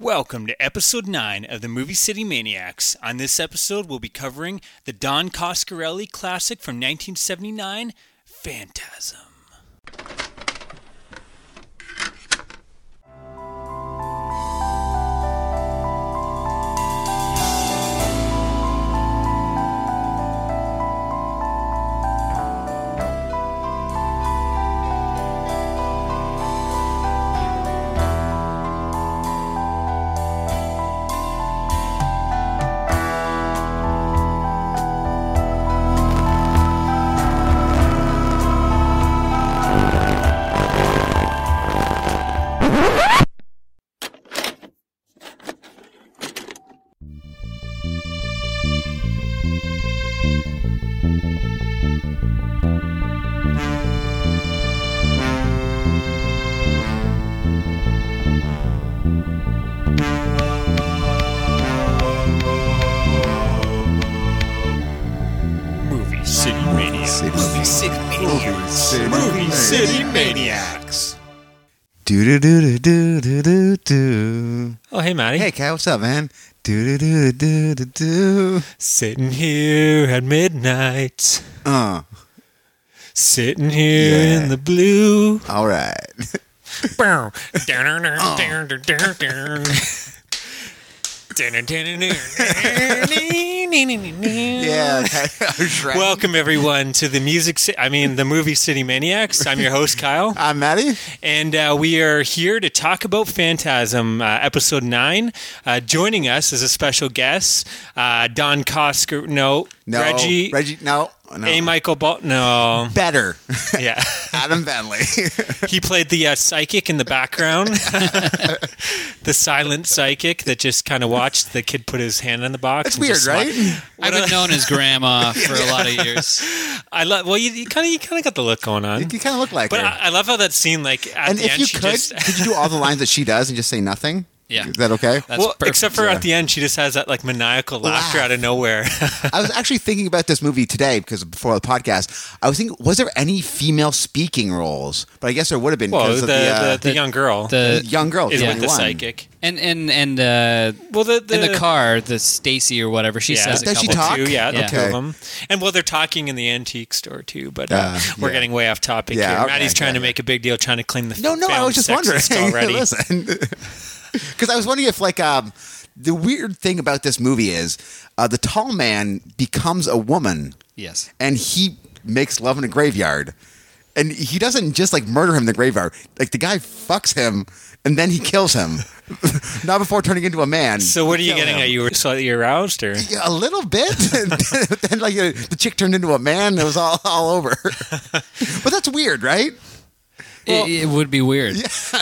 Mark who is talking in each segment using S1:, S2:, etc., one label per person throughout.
S1: Welcome to episode 9 of the Movie City Maniacs. On this episode, we'll be covering the Don Coscarelli classic from 1979, Phantasm. Movie City Maniacs.
S2: City.
S1: Movie City Maniacs.
S2: City
S1: Movie City Maniacs.
S2: Maniacs. Do do do do do do do.
S1: Oh, hey, Maddie.
S2: Hey, Kai, what's up, man? Do do do do do do.
S1: Sitting here at midnight.
S2: Uh,
S1: Sitting here
S2: Yeah.
S1: in the blue.
S2: all right.
S1: Bow. yeah,
S2: yeah, I was right.
S1: Welcome everyone to the music. Ci- I mean, the movie City Maniacs. I'm your host Kyle,
S2: I'm Maddie.
S1: and uh, we are here to talk about Phantasm, uh, episode nine. Uh, joining us is a special guest, uh, Don Coscar. No,
S2: No,
S1: Reggie,
S2: Reggie, no, no.
S1: A. Michael Ball. No,
S2: Better,
S1: yeah,
S2: Adam Bentley.
S1: he played the uh, psychic in the background, the silent psychic that just kind of watched the kid put his hand in the box.
S2: It's
S1: and
S2: weird,
S1: just
S2: right?
S3: I've been known as grandma for a lot of years.
S1: I love. Well, you kind of you kind of got the look going on.
S2: You kind of look like
S1: But
S2: her.
S1: I, I love how that scene, like at
S2: and
S1: the
S2: if
S1: end,
S2: you
S1: she
S2: could,
S1: just
S2: could you do all the lines that she does and just say nothing?
S3: Yeah.
S2: is that okay?
S3: That's
S1: well,
S3: perfect.
S1: except for
S2: yeah.
S1: at the end, she just has that like maniacal laughter
S2: Laugh.
S1: out of nowhere.
S2: I was actually thinking about this movie today because before the podcast, I was thinking, was there any female speaking roles? But I guess there would have been
S1: well, the
S2: because
S1: the,
S2: of the, uh,
S1: the, young girl
S2: the
S3: the
S2: young girl
S1: is with the
S2: 21.
S1: psychic.
S3: and and and uh,
S1: Well, the, the
S3: in the car, the Stacy or whatever she
S1: Yeah.
S3: says.
S2: Does
S3: a
S2: she
S3: couple-
S2: talk?
S1: Two, yeah, the
S3: Yeah.
S1: two of
S2: Okay.
S1: them. And well, they're talking in the antique store too. But uh,
S2: Uh,
S1: we're
S2: yeah.
S1: getting way off topic
S2: Yeah,
S1: here.
S2: okay,
S1: Maddie's trying
S2: yeah,
S1: to
S2: yeah.
S1: make a big deal, trying to claim the
S2: No, no, I was just
S1: found
S2: wondering.
S1: sexist already.
S2: Listen, because I was wondering if like um, the weird thing about this movie is uh, the tall man becomes a woman,
S3: Yes.
S2: and he makes love in a graveyard, and he doesn't just like murder him in the graveyard. Like the guy fucks him, and then he kills him, not before turning into a man.
S1: So what are you
S2: Kill
S1: getting
S2: him.
S1: at? You were slightly aroused, or
S2: Yeah, A little bit, and then like uh, the chick turned into a man. It was all all over. but that's weird, right?
S3: it, it would be weird.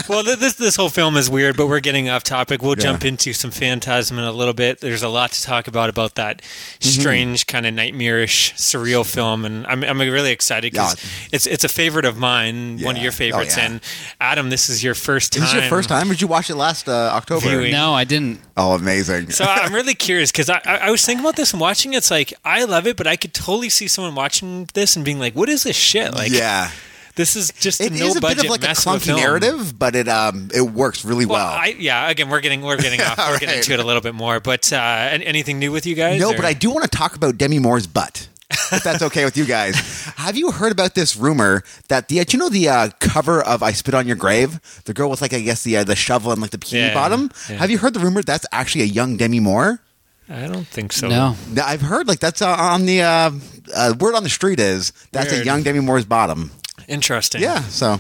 S1: well, th- this this whole film is weird, but we're getting off topic. We'll jump into some phantasm in a little bit. There's a lot to talk about about that
S2: Mm-hmm.
S1: strange kind of nightmarish, surreal film, and I'm I'm really excited because
S2: Yeah.
S1: it's it's a favorite of mine, one of
S2: Yeah.
S1: your
S2: Oh,
S1: favorites.
S2: yeah.
S1: And Adam, this is your first time.
S2: Is this your first time? Did you watch it last uh, October?
S1: Viewing.
S3: No, I didn't.
S2: Oh, amazing!
S1: So I- I'm really curious because I, I I was thinking about this and watching. it. It's like I love it, but I could totally see someone watching this and being like, "What is this shit? Like,
S2: yeah,
S1: this is just
S2: it
S1: a
S2: is
S1: no
S2: a
S1: budget
S2: bit of like a
S1: mess of
S2: clunky
S1: film.
S2: narrative, but it um it works really
S1: Well,
S2: well.
S1: I, yeah. Again, we're getting we're getting off. We're getting
S2: Alright.
S1: into it a little bit more. But uh, an- anything new with you guys?
S2: no,
S1: or-
S2: but I do want to talk about Demi Moore's butt. if that's okay with you guys, have you heard about this rumor that the uh, do you know the uh, cover of "I Spit on Your Grave," the girl with like I guess the uh, the shovel and like the bikini
S1: Yeah,
S2: bottom?
S1: yeah.
S2: Have you heard the rumor that's actually a young Demi Moore?
S1: I don't think so.
S3: No.
S2: No, I've heard like that's uh, on the uh, uh, word on the street is that's
S1: Weird.
S2: a young Demi Moore's bottom.
S1: Interesting.
S2: Yeah, so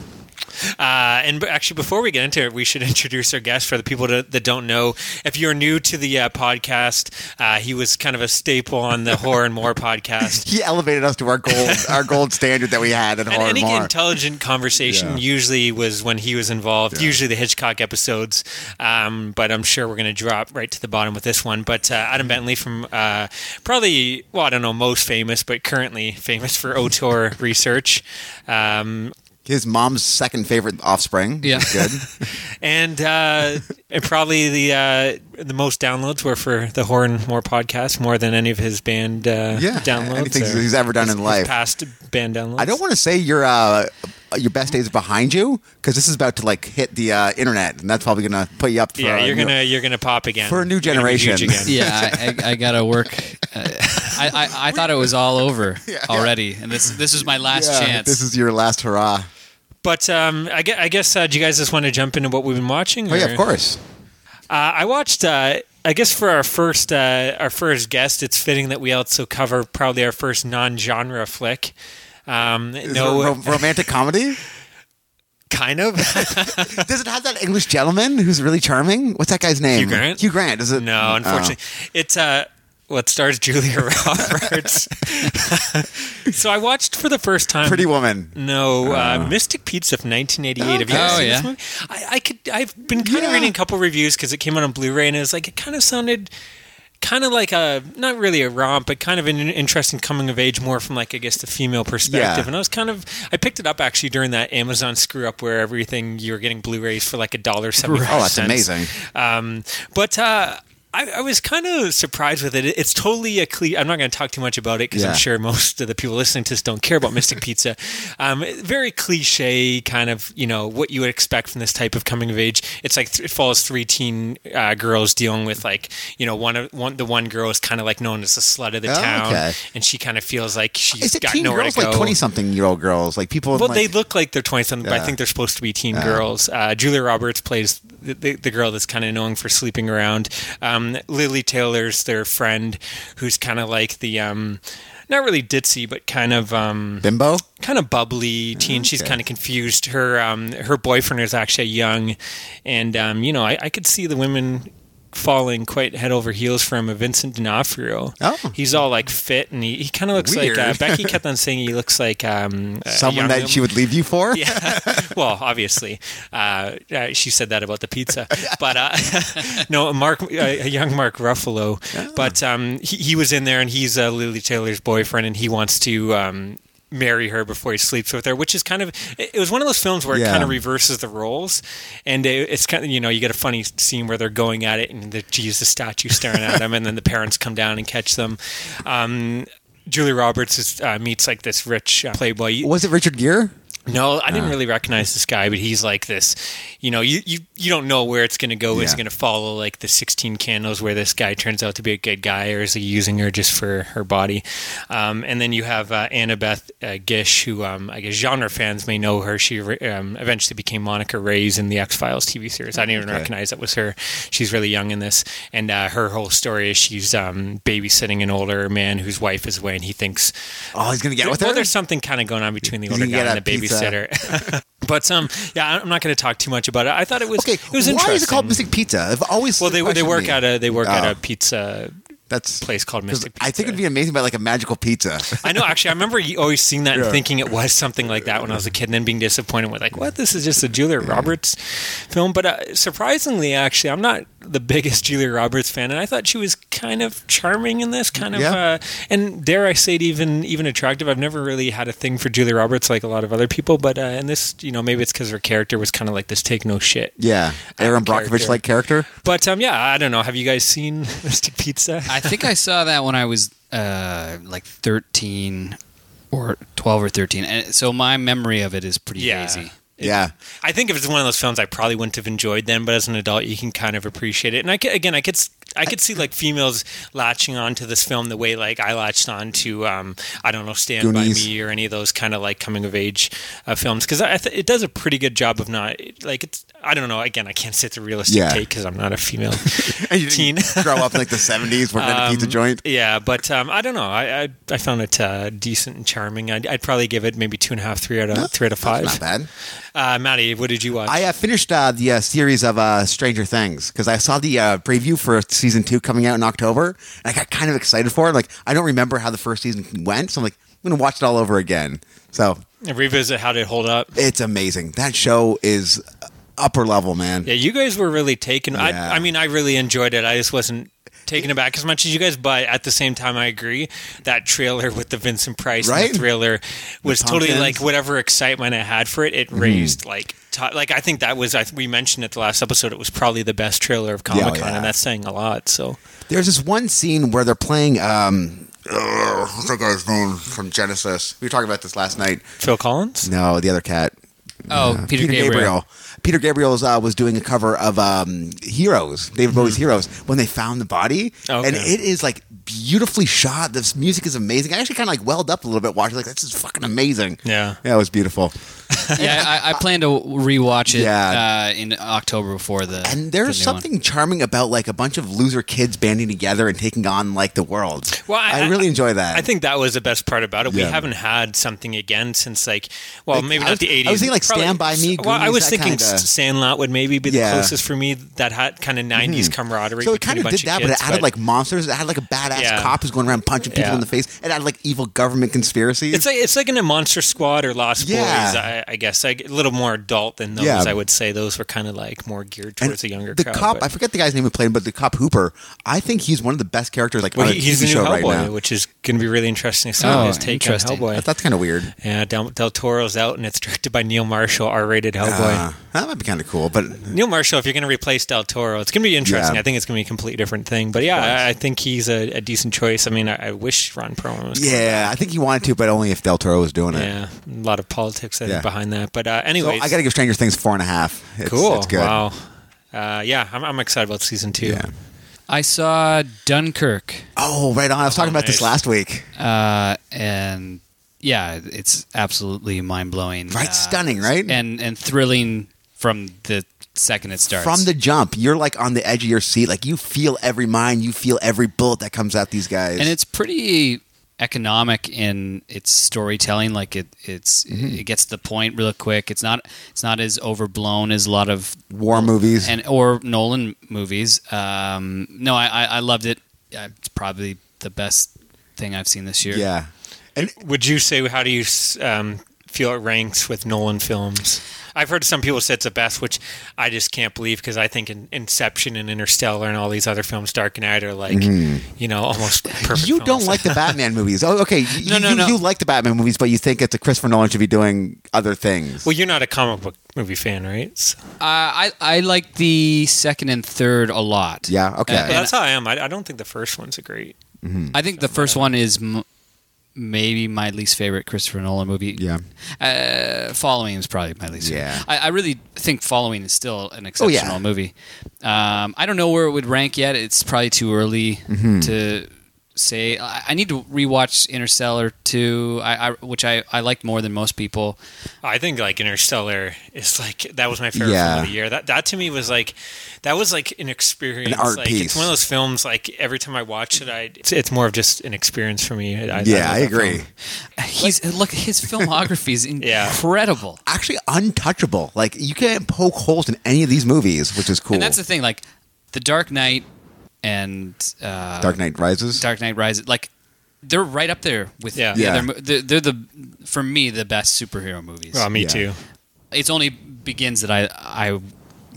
S1: Uh, and b- actually, before we get into it, we should introduce our guest for the people to, that don't know. If you're new to the uh, podcast, uh, he was kind of a staple on the Horror and More podcast.
S2: he elevated us to our gold our gold standard that we had at
S1: And
S2: Horror
S1: any
S2: Moore.
S1: intelligent conversation
S2: Yeah.
S1: usually was when he was involved, usually the Hitchcock episodes. Um, but I'm sure we're going to drop right to the bottom with this one. But uh,
S2: Hmm.
S1: Adam Bentley from uh, probably, well, I don't know, most famous, but currently famous for OTOR research. Um,
S2: His mom's second favorite offspring.
S3: Yeah.
S2: Good.
S1: and uh, And probably the uh, the most downloads were for the Horn More podcast, more than any of his band uh,
S2: Yeah,
S1: downloads.
S2: anything
S1: or
S2: he's ever done
S1: his-
S2: in
S1: his
S2: life.
S1: Past band downloads.
S2: I don't want to say your uh, your best days are behind you because this is about to like hit the uh, internet, and that's probably gonna put you up. For
S1: Yeah,
S2: a
S1: you're
S2: new-
S1: gonna you're gonna pop again
S2: For a new
S1: You're gonna be huge
S2: generation.
S1: again.
S3: yeah, I, I, I gotta work. Uh, I, I, I thought it was all over already, and this this was my last
S2: Yeah,
S3: chance.
S2: This is your last hurrah.
S1: But um, I guess, I guess uh, do you guys just want to jump into what we've been watching?
S2: Oh yeah,
S1: or-
S2: of course.
S1: Uh, I watched. Uh, I guess for our first uh, our first guest, it's fitting that we also cover probably our first non-genre flick. Um,
S2: Is
S1: no,
S2: it a ro- romantic comedy.
S1: kind of.
S2: Does it have that English gentleman who's really charming? What's that guy's name?
S1: Hugh Grant?
S2: Hugh Grant. Is it? Oh,
S1: no, unfortunately, it's uh, well, it stars Julia Roberts. so I watched for the first time.
S2: Oh, Pretty Woman.
S1: No,
S2: Oh.
S1: uh, Mystic Pizza from 1988. Have you ever
S3: Oh,
S1: seen
S3: yeah.
S1: this movie? I, I could. I've been kind
S2: Yeah.
S1: of reading a couple reviews because it came out on Blu-ray, and it was like it kind of sounded kind of like a not really a romp, but kind of an interesting coming of age, more from like I guess the female perspective.
S2: Yeah.
S1: And I was kind of I picked it up actually during that Amazon screw up where everything you were getting Blu-rays for like a dollar seventy five.
S2: Oh, that's amazing.
S1: Um, but uh, I, I was kind of surprised with it. It- It's totally a cliche. I'm not going to talk too much about it because
S2: Yeah.
S1: I'm sure most of the people listening to this don't care about Mystic Pizza. Um, very cliche, kind of you know what you would expect from this type of coming of age. It's like th- it follows three teen uh, girls dealing with like you know one of one the one girl is kind of like known as the slut of the
S2: Oh,
S1: town,
S2: okay.
S1: and she kind of feels like she's
S2: Is it
S1: got
S2: teen
S1: nowhere
S2: girls
S1: to go.
S2: like twenty something year old girls? Like people. in,
S1: Well,
S2: like,
S1: they look like they're 20 something, but
S2: Yeah.
S1: I think they're supposed to be teen girls. Uh, Julia Roberts plays the, the, the girl that's kind of known for sleeping around. Um, Lily Taylor's their friend, who's kind of like the. Um, not really ditzy, but kind of um,
S2: bimbo.
S1: kind of bubbly teen. She's
S2: okay.
S1: kind of confused. Her um, her boyfriend is actually young, and um, you know I, I could see the women falling quite head over heels for him. A Vincent D'Onofrio.
S2: Oh.
S1: he's all like fit, and he, he kind of looks like uh,
S2: Weird.
S1: Becky kept on saying he looks like um, a young-
S2: Someone that she would leave you for.
S1: yeah. Well, obviously, uh, uh, she said that about the pizza, but uh, no, Mark, uh, young Mark Ruffalo. But um, he, he was in there, and he's uh, Lily Taylor's boyfriend, and he wants to. Um, marry her before he sleeps with her which is kind of it it was one of those films where it
S2: Yeah.
S1: kind of reverses the roles and it, it's kind of you know you get a funny scene where they're going at it and the jesus statue staring at them and then the parents come down and catch them um julia roberts is, uh, meets like this rich uh, playboy
S2: Was it Richard Gere?
S1: no, I didn't really recognize this guy, but he's like this. You know, you you, you don't know where it's going to go. Is
S2: Yeah.
S1: it going to follow like the sixteen candles, where this guy turns out to be a good guy, or is he using her just for her body? Um, and then you have uh, Annabeth uh, Gish, who um, I guess genre fans may know her. She um, eventually became Monica Reyes in the X Files TV series. I didn't even recognize that was her. She's really young in this, and uh, her whole story is she's um, babysitting an older man whose wife is away, and he thinks
S2: Oh, he's gonna get with
S1: well,
S2: her.
S1: there's something kind of going on between the
S2: He's
S1: older
S2: gonna
S1: guy
S2: get
S1: and the
S2: that
S1: babysitter.
S2: pizza.
S1: but um, yeah, I'm not going to talk too much about it. I thought it was
S2: Okay,
S1: It was
S2: why
S1: interesting.
S2: is it called Mystic Pizza? I've always
S1: Well, they they
S2: questioned
S1: work
S2: me.
S1: at a they work at
S2: Oh.
S1: a pizza
S2: that's
S1: place called
S2: 'cause
S1: Mystic. Pizza.
S2: I think it'd be amazing about like a magical pizza.
S1: I know. Actually, I remember you always seeing that and thinking it was something like that when I was a kid, and then being disappointed with like, what? This is just a Julia Roberts film. But uh, surprisingly, actually, I'm not the biggest Julia Roberts fan, and I thought she was kind of charming in this, kind of,
S2: Yeah.
S1: uh, and dare I say it, even even attractive. I've never really had a thing for Julia Roberts like a lot of other people, but uh, in this, you know, maybe it's because her character was kind of like this take no shit.
S2: yeah, Aaron Brockovich like character.
S1: But um, yeah, I don't know. Have you guys seen Mystic Pizza?
S3: I think I saw that when I was uh, like 13 or 12 or 13. And so my memory of it is pretty
S1: Yeah.
S3: hazy.
S2: yeah,
S1: I think if it's one of those films, I probably wouldn't have enjoyed them. But as an adult, you can kind of appreciate it. And I could, again, I could, s- I could see like females latching onto this film the way like I latched on to, um, I don't know, Stand
S2: Goonies.
S1: by Me or any of those kind of like coming of age uh, films because I, I th- it does a pretty good job of not like it's. I don't know. Again, I can't say it's a realistic
S2: Yeah.
S1: take because I'm not a female
S2: And you
S1: teen. Um,
S2: didn't grow up in like the seventies working at a pizza joint.
S1: Yeah, but um, I don't know. I I, I found it uh, decent and charming. I'd, I'd probably give it maybe two and a half, three out of three out of five.
S2: Not bad.
S1: Uh, Maddie, what did you watch?
S2: I uh, finished uh, the uh, series of uh, Stranger Things because I saw the uh, preview for season two coming out in October, and I got kind of excited for it. Like I don't remember how the first season went, so I'm like, I'm gonna watch it all over again. So
S1: Revisit. How did it hold up?
S2: it's amazing. That show is upper level, man.
S1: Yeah, you guys were really taken.
S2: Yeah.
S1: I, I mean, I really enjoyed it. I just wasn't taken aback as much as you guys, but at the same time, I agree that trailer with the Vincent Price and
S2: Right?
S1: the thriller was totally
S2: pumpkins. Mm-hmm.
S1: like whatever excitement I had for it. It raised like. To, like I think that was I, we mentioned at the last episode. It was probably the best trailer of Comic Con,
S2: yeah.
S1: and that's saying a lot. So
S2: There's this one scene where they're playing. Um, uh, what's that guy's name from Genesis? We were talking about this last night.
S1: Phil Collins,
S2: No, the other cat.
S3: Oh, Peter, Gabriel.
S2: Peter Gabriel's uh, was doing a cover of um, Heroes, David Bowie's Heroes, when they found the body,
S1: Mm-hmm. Oh, Okay.
S2: and it is like beautifully shot. This music is amazing. I actually kind of like welled up a little bit watching. Like this is fucking amazing.
S1: Yeah.
S2: yeah, it was beautiful.
S3: Yeah, I, I plan to rewatch it
S2: Yeah.
S3: uh, in October before the.
S2: And
S3: the
S2: there's
S3: new
S2: something charming about like a bunch of loser kids banding together and taking on like the world.
S1: Well, I-
S2: I, really enjoy that.
S1: I think that was the best part about it. We
S2: Yeah.
S1: haven't had something again since like, well,
S2: Like,
S1: maybe
S2: I
S1: not
S2: was-
S1: the
S2: I was
S1: eighties.
S2: thinking, like, Stand By Me,
S1: Well, I
S2: Goonies,
S1: was
S2: that
S1: thinking
S2: kinda-
S1: S- Sandlot would maybe be the
S2: Yeah. Mm-hmm.
S1: closest for me that had kind of 90s camaraderie.
S2: So it
S1: between
S2: kind
S1: a
S2: of
S1: bunch
S2: did that,
S1: kids,
S2: but it added like monsters. It had like a badass
S1: Yeah.
S2: cop who's going around punching people
S1: Yeah.
S2: in the face. It had like evil government conspiracies.
S1: It's like it's like in a Monster Squad or Lost
S2: Yeah.
S1: Boys, I, I guess. Like, a little more adult than those.
S2: Yeah.
S1: I would say those were kind of like more geared
S2: And
S1: towards a younger
S2: the
S1: crowd.
S2: cop.
S1: but-
S2: I forget the guy's name who played him, but the cop Hooper. I think he's one of the best characters like
S1: well,
S2: on a
S1: he- he's the
S2: TV
S1: new
S2: show
S1: Hellboy,
S2: right now.
S1: which is going to be really interesting. to see
S3: Oh,
S1: his take on
S3: interesting.
S1: Hellboy.
S2: That's kind of weird.
S1: yeah, Del, Del Toro's out, and it's directed by Neil Marshall, R-rated Hellboy.
S2: Uh, that might be kind of cool, but
S1: Neil Marshall, if you're going to replace Del Toro, it's going to be interesting.
S2: Yeah.
S1: I think it's going to be a completely different thing. But yeah, I, I think he's a, a decent choice. I mean, I, I wish Ron Perlman was.
S2: yeah, I think he wanted to, but only if Del Toro was doing it.
S1: Yeah, a lot of politics I
S2: Yeah.
S1: think, behind that. But uh,
S2: So
S1: anyways,
S2: I got to give Stranger Things four and a half. It's,
S1: cool.
S2: It's good.
S1: Wow. Uh, yeah, I'm, I'm excited about season two.
S2: Yeah.
S3: one. I saw Dunkirk,
S2: Oh, right on. I was talking about this
S1: nice.
S2: last week.
S3: uh, and yeah, it's absolutely mind blowing.
S2: Right,
S1: Uh,
S2: stunning, right?
S3: And and thrilling from the second it starts.
S2: From the jump, you're like on the edge of your seat. Like you feel every mine, you feel every bullet that comes out these guys.
S3: and it's pretty economic in its storytelling like it it's
S2: Mm-hmm.
S3: it gets to the point real quick it's not it's not as overblown as a lot of
S2: war movies.
S3: and or Nolan movies. Um, no, I, I I loved it. Yeah, It's probably the best thing I've seen this year.
S2: yeah. And
S1: Would you say how do you s- um, feel it ranks with Nolan films? I've heard some people say it's the best, which I just can't believe because I think in Inception and Interstellar and all these other films, Dark Knight, are like you know almost perfect.
S2: Mm-hmm. You don't
S1: films.
S2: like the Batman movies. Oh, okay. You,
S3: No, no,
S2: you,
S3: no.
S2: you like the Batman movies, but you think it's a Christopher Nolan should be doing other things.
S1: Well, you're not a comic book movie fan, right? So-
S3: Uh, I I like the second and third a lot.
S2: Yeah, okay.
S3: And-
S1: Well,
S3: and
S1: that's how I am. I, I don't think the first one's a great.
S3: I think the first one is m- maybe my least favorite Christopher Nolan movie.
S2: yeah.
S3: Following is probably my least.
S2: Yeah.
S3: favorite. I, I really think Following is still
S2: Oh,
S3: an
S2: yeah.
S3: exceptional movie. Um, I don't know where it would rank yet. It's probably too early
S2: Mm-hmm.
S3: to say. I, I need to rewatch Interstellar too, I, I, which I, I liked more than most people.
S1: I think like Interstellar is like that was my favorite
S2: Yeah.
S1: film of the year. That that to me was like that was like an experience.
S2: An art
S1: like,
S2: piece.
S1: It's one of those films. Like every time I watch it, I it's, it's more of just an experience for me. I,
S2: Yeah,
S1: love
S2: I
S1: that
S2: agree.
S1: film.
S3: He's look his filmography is
S1: Yeah.
S3: incredible.
S2: Actually, untouchable. Like you can't poke holes in any of these movies, which is cool.
S3: And that's the thing, like The Dark Knight and uh,
S2: Dark Knight Rises.
S3: Dark Knight Rises, like they're right up there with
S1: Yeah.
S3: the
S2: Yeah.
S3: other mo- they're, they're the for me the best superhero movies.
S1: Well, me
S2: Yeah.
S1: too.
S3: it's only begins that I I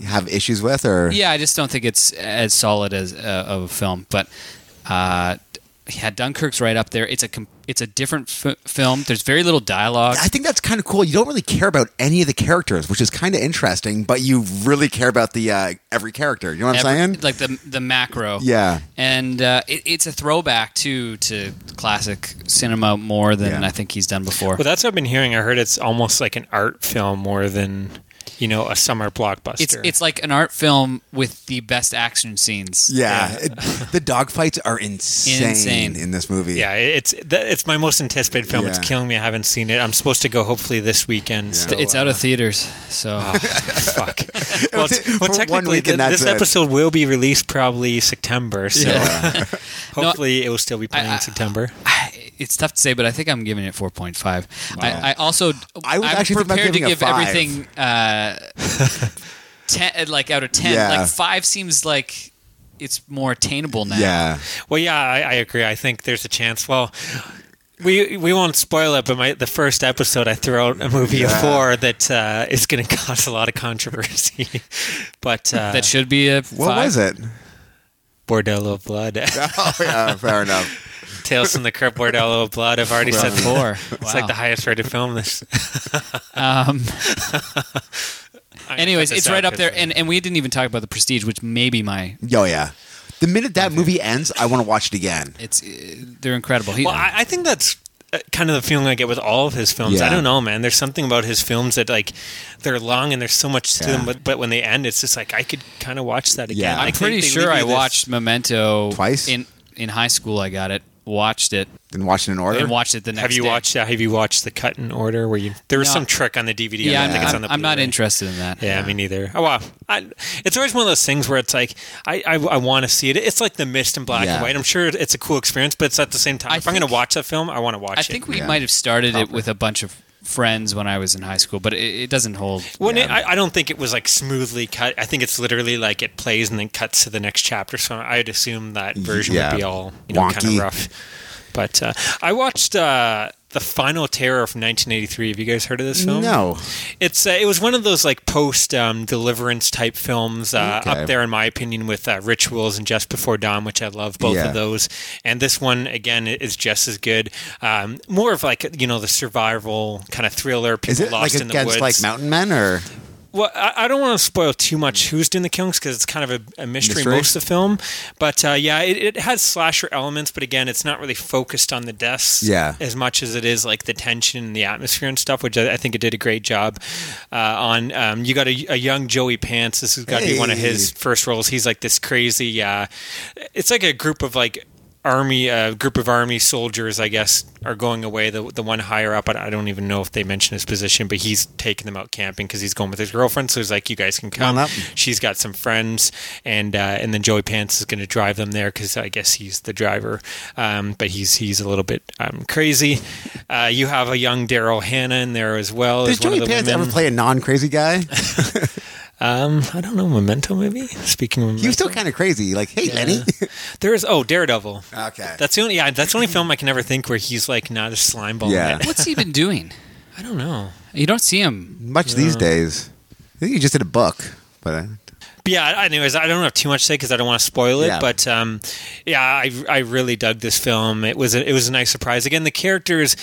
S2: you have issues with, or
S3: yeah I just don't think it's as solid as uh, of a film, but uh, yeah, Dunkirk's right up there. It's a com- it's a different f- film. There's very little dialogue.
S2: I think that's kind of cool. You don't really care about any of the characters, which is kind of interesting. But you really care about the uh, every character. You know what I'm
S3: Every-
S2: saying?
S3: Like the the macro.
S2: Yeah.
S3: And uh, it, it's a throwback too to classic cinema more than
S2: Yeah.
S3: I think he's done before.
S1: Well, that's what I've been hearing. I heard it's almost like an art film more than you know a summer blockbuster.
S3: it's it's like an art film with the best action scenes.
S2: yeah. It- the dogfights are insane,
S3: Insane.
S2: in this movie.
S1: yeah, it's th- it's my most anticipated film. It's
S2: Yeah.
S1: killing me. I haven't seen it. I'm supposed to go hopefully this weekend.
S2: Yeah.
S1: so,
S3: It's
S1: uh,
S3: out of theaters, so
S2: Oh,
S1: Fuck. well,
S2: was-
S1: t- well,
S2: for one
S1: technically,
S2: week and
S1: th-
S2: that's
S1: this
S2: it.
S1: episode will be released probably September. So hopefully, it will still be playing
S3: I-
S1: in September.
S3: it's tough to say, but I think I'm giving it 4.5. I, I also
S2: I was
S3: I'm
S2: actually thinking about
S3: prepared to
S2: giving it
S3: give
S2: five.
S3: everything uh, ten, like out of ten.
S2: Yeah.
S3: Like five seems like it's more attainable now.
S2: Yeah.
S1: Well, yeah, I, I agree. I think there's a chance. Well, we we won't spoil it, but my the first episode I threw out a movie of
S2: Yeah.
S1: four that uh, is going to cause a lot of controversy. but uh,
S3: That should be a
S2: What was it?
S1: Bordello of Blood,
S2: Oh, yeah, fair enough.
S1: Tales from the Crypt, Bordello of Blood. I've already said four.
S3: Four.
S1: It's like the highest rated film. This.
S3: Um,
S1: I mean,
S3: anyways,
S1: cut this
S3: it's right
S1: out
S3: up there,
S1: 'cause,
S3: and and we didn't even talk about the Prestige, which may be my.
S2: Oh, yeah. The minute that movie ends, I want to watch it again.
S3: It's uh, they're incredible. He,
S1: Well, I, I think that's uh, kind of the feeling I get with all of his films. I
S2: Yeah.
S1: don't know, man. There's something about his films that like they're long and there's so much to
S2: Yeah.
S1: them, but, but when they end, it's just like I could kind of watch that again.
S2: Yeah.
S1: Like,
S3: I'm
S1: they-
S3: pretty
S1: they
S3: sure
S1: leave
S3: I
S1: you this-
S3: watched Memento
S2: Twice?
S3: in in high school. I got it, watched it,
S2: Then watch it in order.
S3: and watched it the next.
S1: Have you
S3: day.
S1: watched that? Have you watched the cut in order? Where you there was
S3: No.
S1: some trick on the DVD.
S3: Yeah,
S1: I
S3: I'm,
S1: don't think it's
S3: I'm-
S1: on the
S3: I'm not
S1: Blu-ray.
S3: interested in that.
S1: Yeah, me neither. Oh wow, I, it's always one of those things where it's like I I, I want to see it. It's like the mist in black
S2: Yeah.
S1: and white. I'm sure it's a cool experience, but it's at the same time.
S3: I
S1: if I'm going
S3: think-
S1: to watch that film, I want to watch
S3: I
S1: it.
S3: think we
S2: Yeah.
S3: might have started it
S2: Proper.
S3: with a bunch of friends when I was in high school, but it, it doesn't hold.
S1: When it, I, I don't think it was like smoothly cut. I think it's literally like it plays and then cuts to the next chapter. So I'd assume that version
S2: Yeah.
S1: would be all you know, kind
S2: Wonky.
S1: of rough. But uh, I watched uh, the Final Terror from 1983. Have you guys heard of this film?
S2: No.
S1: It's uh, it was one of those like post um, Deliverance type films uh,
S2: Okay.
S1: up there in my opinion with uh, Rituals and Just Before Dawn, which I love both
S2: Yeah.
S1: of those. And this one again i- is just as good. Um, more of like you know the survival kind of thriller. People
S2: Is it
S1: lost
S2: like
S1: in the woods.
S2: against like mountain men or?
S1: Well, I, I don't want to spoil too much who's doing the killings because it's kind of a, a mystery,
S2: Mm. Mystery?
S1: most of the film. But uh, yeah, it, it has slasher elements, but again, it's not really focused on the deaths
S2: Yeah.
S1: as much as it is like the tension and the atmosphere and stuff, which I, I think it did a great job uh, on. Um, you got a, a young Joey Pants. This has got to be one of his
S2: Hey.
S1: first roles. He's like this crazy. Uh, it's like a group of like army, a group of army soldiers, I guess, are going away. The the one higher up, I don't even know if they mention his position, but he's taking them out camping because he's going with his girlfriend. So he's like, "You guys can
S2: Come
S1: come."
S2: on up.
S1: She's got some friends, and uh, and then Joey Pants is going to drive them there because I guess he's the driver. Um, but he's he's a little bit um, crazy. Uh, you have a young Daryl Hannah in there as well.
S2: Does
S1: as one of
S2: Joey
S1: the
S2: Pants
S1: women.
S2: ever play a non-crazy guy?
S1: Um, I don't know. Memento, maybe. Speaking of,
S2: He was
S1: Memento.
S2: still kind of crazy. Like, hey, Lenny.
S1: There is oh Daredevil.
S2: Okay.
S1: That's the only yeah, that's the only film I can ever think where he's like not a slime ball.
S2: Yeah.
S3: What's he been doing?
S1: I don't know.
S3: You don't see him.
S2: Much these days. I think he just did a book, but uh,
S1: But yeah, anyways, I don't have too much to say because I don't want to spoil it.
S2: Yeah.
S1: But um, yeah, I, I really dug this film. It was a, it was a nice surprise. Again, the characters,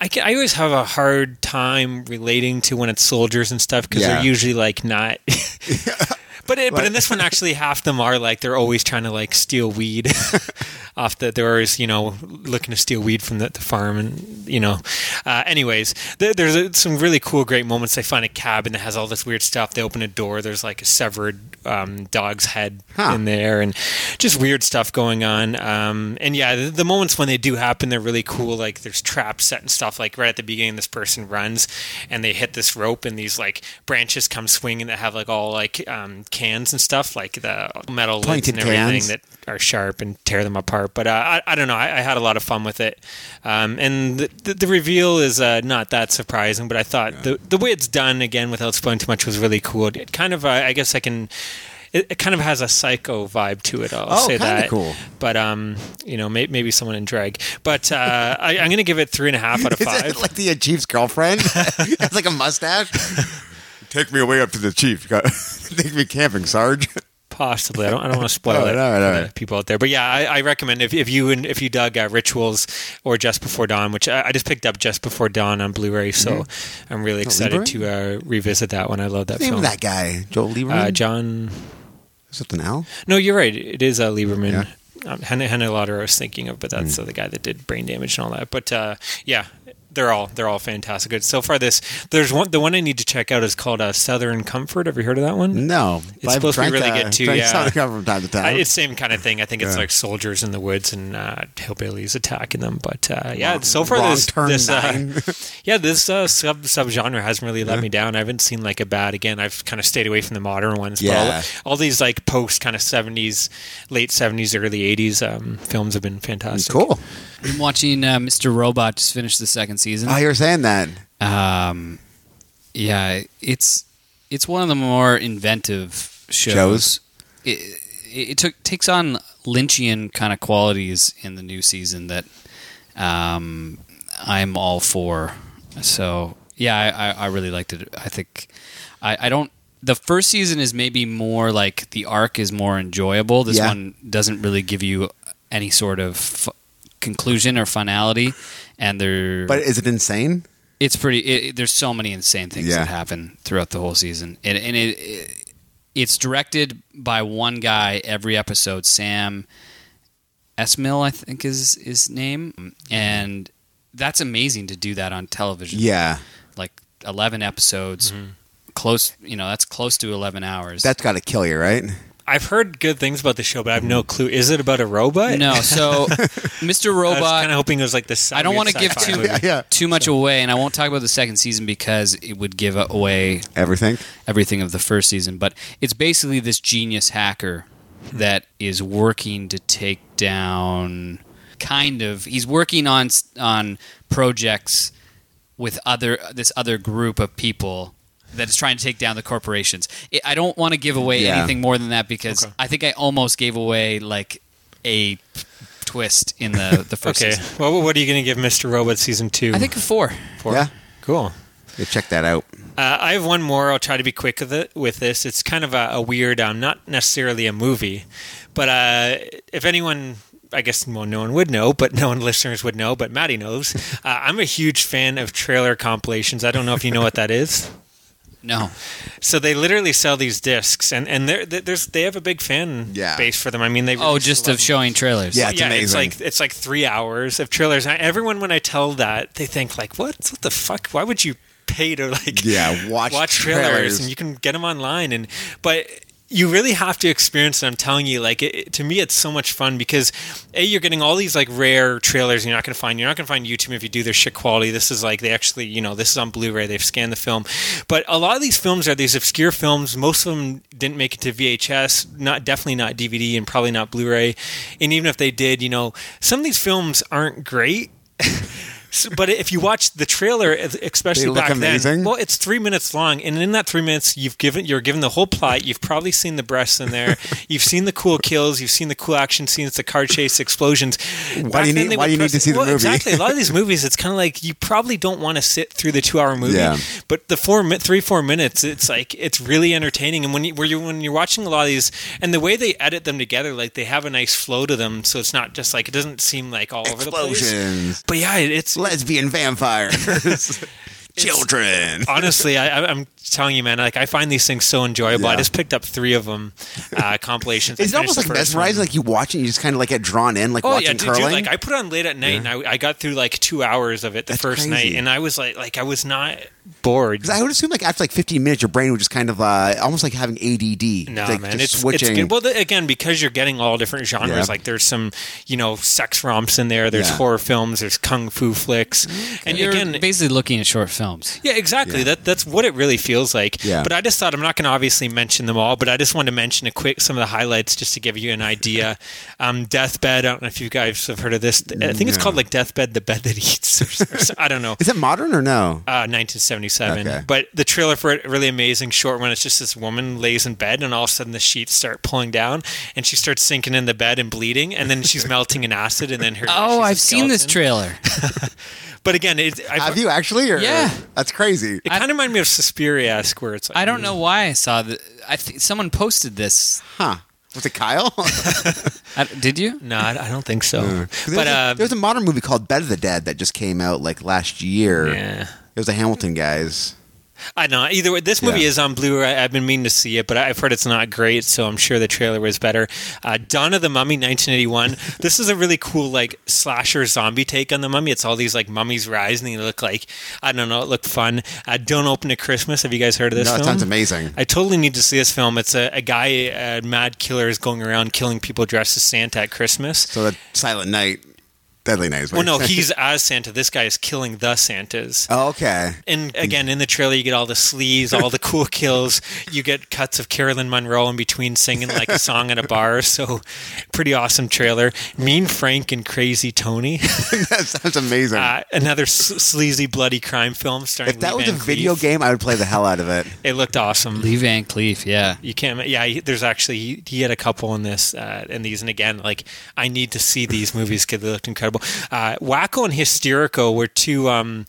S1: I, can, I always have a hard time relating to when it's soldiers and stuff because
S2: Yeah.
S1: they're usually like not. But, it, but
S2: Right.
S1: in this one, actually, half them are like they're always trying to like steal weed off the. They're always you know looking to steal weed from the, the farm, and you know. Uh, anyways, there, there's uh some really cool, great moments. They find a cabin that has all this weird stuff. They open a door. There's like a severed um, dog's head
S2: Huh.
S1: in there, and just weird stuff going on. Um, and yeah, the, the moments when they do happen, they're really cool. Like there's traps set and stuff. Like right at the beginning, this person runs and they hit this rope, and these like branches come swinging that have like all like um, cans and stuff, like the metal lids
S2: Pointed
S1: and everything
S2: cans.
S1: that are sharp and tear them apart. But uh, I, I don't know. I, I had a lot of fun with it, um, and the, the, the reveal is uh, not that surprising. But I thought the the way it's done again, without spoiling too much, was really cool. It, it kind of, uh, I guess, I can. It, it kind of has a psycho vibe to it. I'll
S2: Oh,
S1: say
S2: kinda
S1: that.
S2: cool.
S1: But um, you know, may, maybe someone in drag. But uh, I, I'm going to give it three and a half out of
S2: is
S1: five.
S2: it like the uh, chief's girlfriend? It's like a mustache. Take me away up to the chief. Take me camping, Sarge.
S1: Possibly, I don't. I don't want to spoil
S2: All right,
S1: it
S2: all right, all
S1: for the
S2: right.
S1: people out there. But yeah, I, I recommend if, if you and if you dug uh, rituals or just before dawn, which I, I just picked up just before dawn on Blu-ray, so
S2: Mm-hmm.
S1: I'm really excited to uh, revisit that one. I love that
S2: What's the name
S1: film.
S2: of Oh, that guy? Joel Lieberman.
S1: uh, John.
S2: Something L.
S1: No, you're right. It is uh, Lieberman. Um, Hannah, Hannah Lauder, I was thinking of, but that's
S2: Mm.
S1: uh, the guy that did brain damage and all that. But uh, yeah, they're all they're all fantastic. Good. So far, this there's one. The one I need to check out is called uh, Southern Comfort. Have you heard of that one?
S2: No,
S1: It's supposed to be really good, too,
S2: Drank
S1: yeah.
S2: Southern Comfort from time to
S1: I,
S2: time.
S1: it's same kind of thing. I think it's
S2: Yeah.
S1: like soldiers in the woods and uh, hillbillies attacking them. But uh, yeah, so far
S2: wrong
S1: this,
S2: turn
S1: this
S2: nine.
S1: uh, yeah this uh, sub sub genre hasn't really let me down. I haven't seen like a bad. Again, I've kind of stayed away from the modern ones.
S2: Yeah.
S1: But all, all these like post kind of seventies, late seventies, early eighties um, films have been fantastic.
S2: cool.
S3: I'm watching uh, Mr. Robot just finish the second season.
S2: Oh, you're saying that.
S3: Um, yeah, it's it's one of the more inventive shows.
S2: Shows?
S3: It, it, it took takes on Lynchian kind of qualities in the new season that um, I'm all for. So yeah, I, I, I really liked it. I think I, I don't. The first season is maybe more like the arc is more enjoyable. This
S2: Yeah.
S3: one doesn't really give you any sort of f- conclusion or finality, and there.
S2: But is it insane?
S3: it's pretty. It, it- there's so many insane things
S2: Yeah.
S3: that happen throughout the whole season, and, and it, it it's directed by one guy every episode, Sam Esmail, I think is his name, and that's amazing to do that on television.
S2: Yeah,
S3: like eleven episodes, close. You know, that's close to eleven hours.
S2: that's got to kill you, right?
S1: I've heard good things about the show, but I have
S2: Mm.
S1: no clue. Is it about a robot?
S3: no, so Mr.
S1: I was
S3: Robot
S1: kind of hoping it was like this.
S3: I don't want to give
S1: sci-fi
S3: too
S1: movie.
S2: yeah.
S3: too much away, and I won't talk about the second season because it would give away
S2: Everything.
S3: everything of the first season. But it's basically this genius hacker that is working to take down, kind of. He's working on s- on projects with other this other group of people that is trying to take down the corporations. I I don't want to give away
S2: Yeah.
S3: anything more than that because
S1: Okay.
S3: I think I almost gave away like a twist in the the first
S1: Okay.
S3: season.
S1: Well, what are you going to give Mr. Robot season two?
S3: I think a four.
S1: Four.
S2: Yeah.
S1: Cool.
S2: Yeah, check that out.
S1: Uh, I have one more. I'll try to be quick with, it, with this. It's kind of a, a weird, um, not necessarily a movie, but uh, if anyone, I guess, well, no one would know, but no one listeners would know, but Maddie knows. Uh, I'm a huge fan of trailer compilations. I don't know if you know what that is.
S3: No.
S1: So they literally sell these discs, and and they're, they're- there's they have a big fan
S2: Yeah.
S1: base for them. I mean, they
S3: Oh,
S1: release a
S3: just
S1: lot
S3: of showing trailers.
S2: Yeah. That's amazing.
S1: It's like it's like three hours of trailers. And everyone, when I tell that, they think like, "What? What the fuck? Why would you pay to like
S2: Yeah, watch
S1: trailers.
S2: trailers.
S1: And you can get them online, and but you really have to experience it. I'm telling you, like it, it- to me, it's so much fun because a you're getting all these like rare trailers you're not going to find. You're not going to find YouTube if you do their shit quality. This is like they actually, you know, this is on Blu-ray. They've scanned the film, but a lot of these films are these obscure films. Most of them didn't make it to VHS, not definitely not DVD, and probably not Blu-ray. And even if they did, you know, some of these films aren't great. So- but if you watch the trailer, e, especially
S2: They look
S1: back
S2: amazing.
S1: then, well, it's three minutes long, and in that three minutes, you've given you're given the whole plot. You've probably seen the breasts in there. you've seen the cool kills. You've seen the cool action scenes, the car chase, explosions. Back
S2: do you
S1: then,
S2: need-
S1: they
S2: why
S1: would
S2: do you need
S1: press-
S2: to see the
S1: well,
S2: movie?
S1: Exactly. A lot of these movies, it's kind of like you probably don't want to sit through the two-hour movie,
S2: Yeah.
S1: but the four, mi- three, four minutes, it's like it's really entertaining. And when you where you when you're watching a lot of these, and the way they edit them together, like they have a nice flow to them, so it's not just like it doesn't seem like all over the place.
S2: Explosions,
S1: But yeah, it- it's
S2: lesbian vampires, children.
S1: honestly, I, I- I'm telling you, man. Like I find these things so enjoyable. I
S2: Yeah.
S1: just picked up three of them uh, compilations. I
S2: Is it
S1: finished
S2: almost
S1: the
S2: like
S1: first
S2: mesmerizing?
S1: one.
S2: Like you watch it, and you just kind of like get drawn in, like
S1: Oh
S2: watching
S1: yeah, dude, dude,
S2: curling.
S1: like I put on late at night, and I, I got through like two hours of it the
S2: That's
S1: first night,
S2: crazy.
S1: and I was like, like I was not bored.
S2: 'Cause I would assume like after like 15 minutes, your brain would just kind of uh, almost like having ADD.
S1: No,
S2: like,
S1: man,
S2: just
S1: it's
S2: switching.
S1: it's good. Well, the, again, because you're getting all different genres.
S2: Yeah.
S1: Like there's some, you know, sex romps in there. There's
S2: Yeah. Mm-hmm.
S1: horror films. There's kung fu flicks. And
S3: You're
S1: again,
S3: basically looking at short films.
S1: Yeah, exactly.
S2: Yeah.
S1: That that's what it really feels like.
S2: Yeah.
S1: But I just thought I'm not going to obviously mention them all, but I just wanted to mention a quick some of the highlights just to give you an idea. um, Deathbed. I don't know if you guys have heard of this. I think it's
S2: No.
S1: called like Deathbed, the bed that eats. Or, or, some- I don't know.
S2: Is it modern or no?
S1: Uh, 1977.
S2: Okay.
S1: But the trailer for it, really amazing short one. It's just this woman lays in bed, and all of a sudden the sheets start pulling down, and she starts sinking in the bed and bleeding, and then she's melting in acid, and then her. she's
S3: Oh,
S1: a
S3: I've seen this
S1: skeleton.
S3: trailer.
S1: But again, it, I've,
S2: Have you actually? Or,
S3: Yeah.
S2: that's crazy.
S1: It kind of reminded me of Suspiria, where it's like
S3: I don't know why I saw the. I think someone posted this.
S2: Huh? Was it Kyle?
S3: I, did you?
S1: No, I, I don't think so.
S2: Hmm. There's
S1: But
S2: a,
S1: uh,
S2: there was a modern movie called Bed of the Dead that just came out like last year.
S1: yeah,
S2: It was a Hamilton guys.
S1: I don't know. Either way, this movie
S2: Yeah.
S1: is on Blu-ray. I've been meaning to see it, but I've heard it's not great, so I'm sure the trailer was better. Uh, Dawn of the Mummy, 1981. this is a really cool like slasher zombie take on the mummy. It's all these like mummies rise and they look like I don't know. It looked fun. Uh, Don't Open to Christmas. Have you guys heard of this?
S2: no, it
S1: film?
S2: sounds amazing.
S1: I totally need to see this film. It's a, a guy, a mad killer, is going around killing people dressed as Santa at Christmas.
S2: So that Silent Night, Deadly Night. Is
S1: well,
S2: what
S1: no,
S2: you're saying.
S1: he's as Santa. This guy is killing the Santas.
S2: Oh, okay.
S1: And again, in the trailer, you get all the sleaze, all the cool kills. You get cuts of Carolyn Monroe in between singing like a song at a bar. So, pretty awesome trailer. Mean Frank and Crazy Tony.
S2: that sounds amazing.
S1: Uh, another s- sleazy, bloody crime film starring.
S2: if that
S1: Lee
S2: was a
S1: Van
S2: video
S1: Cleef.
S2: game, I would play the hell out of it.
S1: it looked awesome.
S3: Lee Van Cleef. Yeah.
S1: You can't. Yeah, he- there's actually he, he had a couple in this uh, and these, and again, like I need to see these movies because they looked incredible. incredible. Uh, Wacko and Hysterico were two. Um,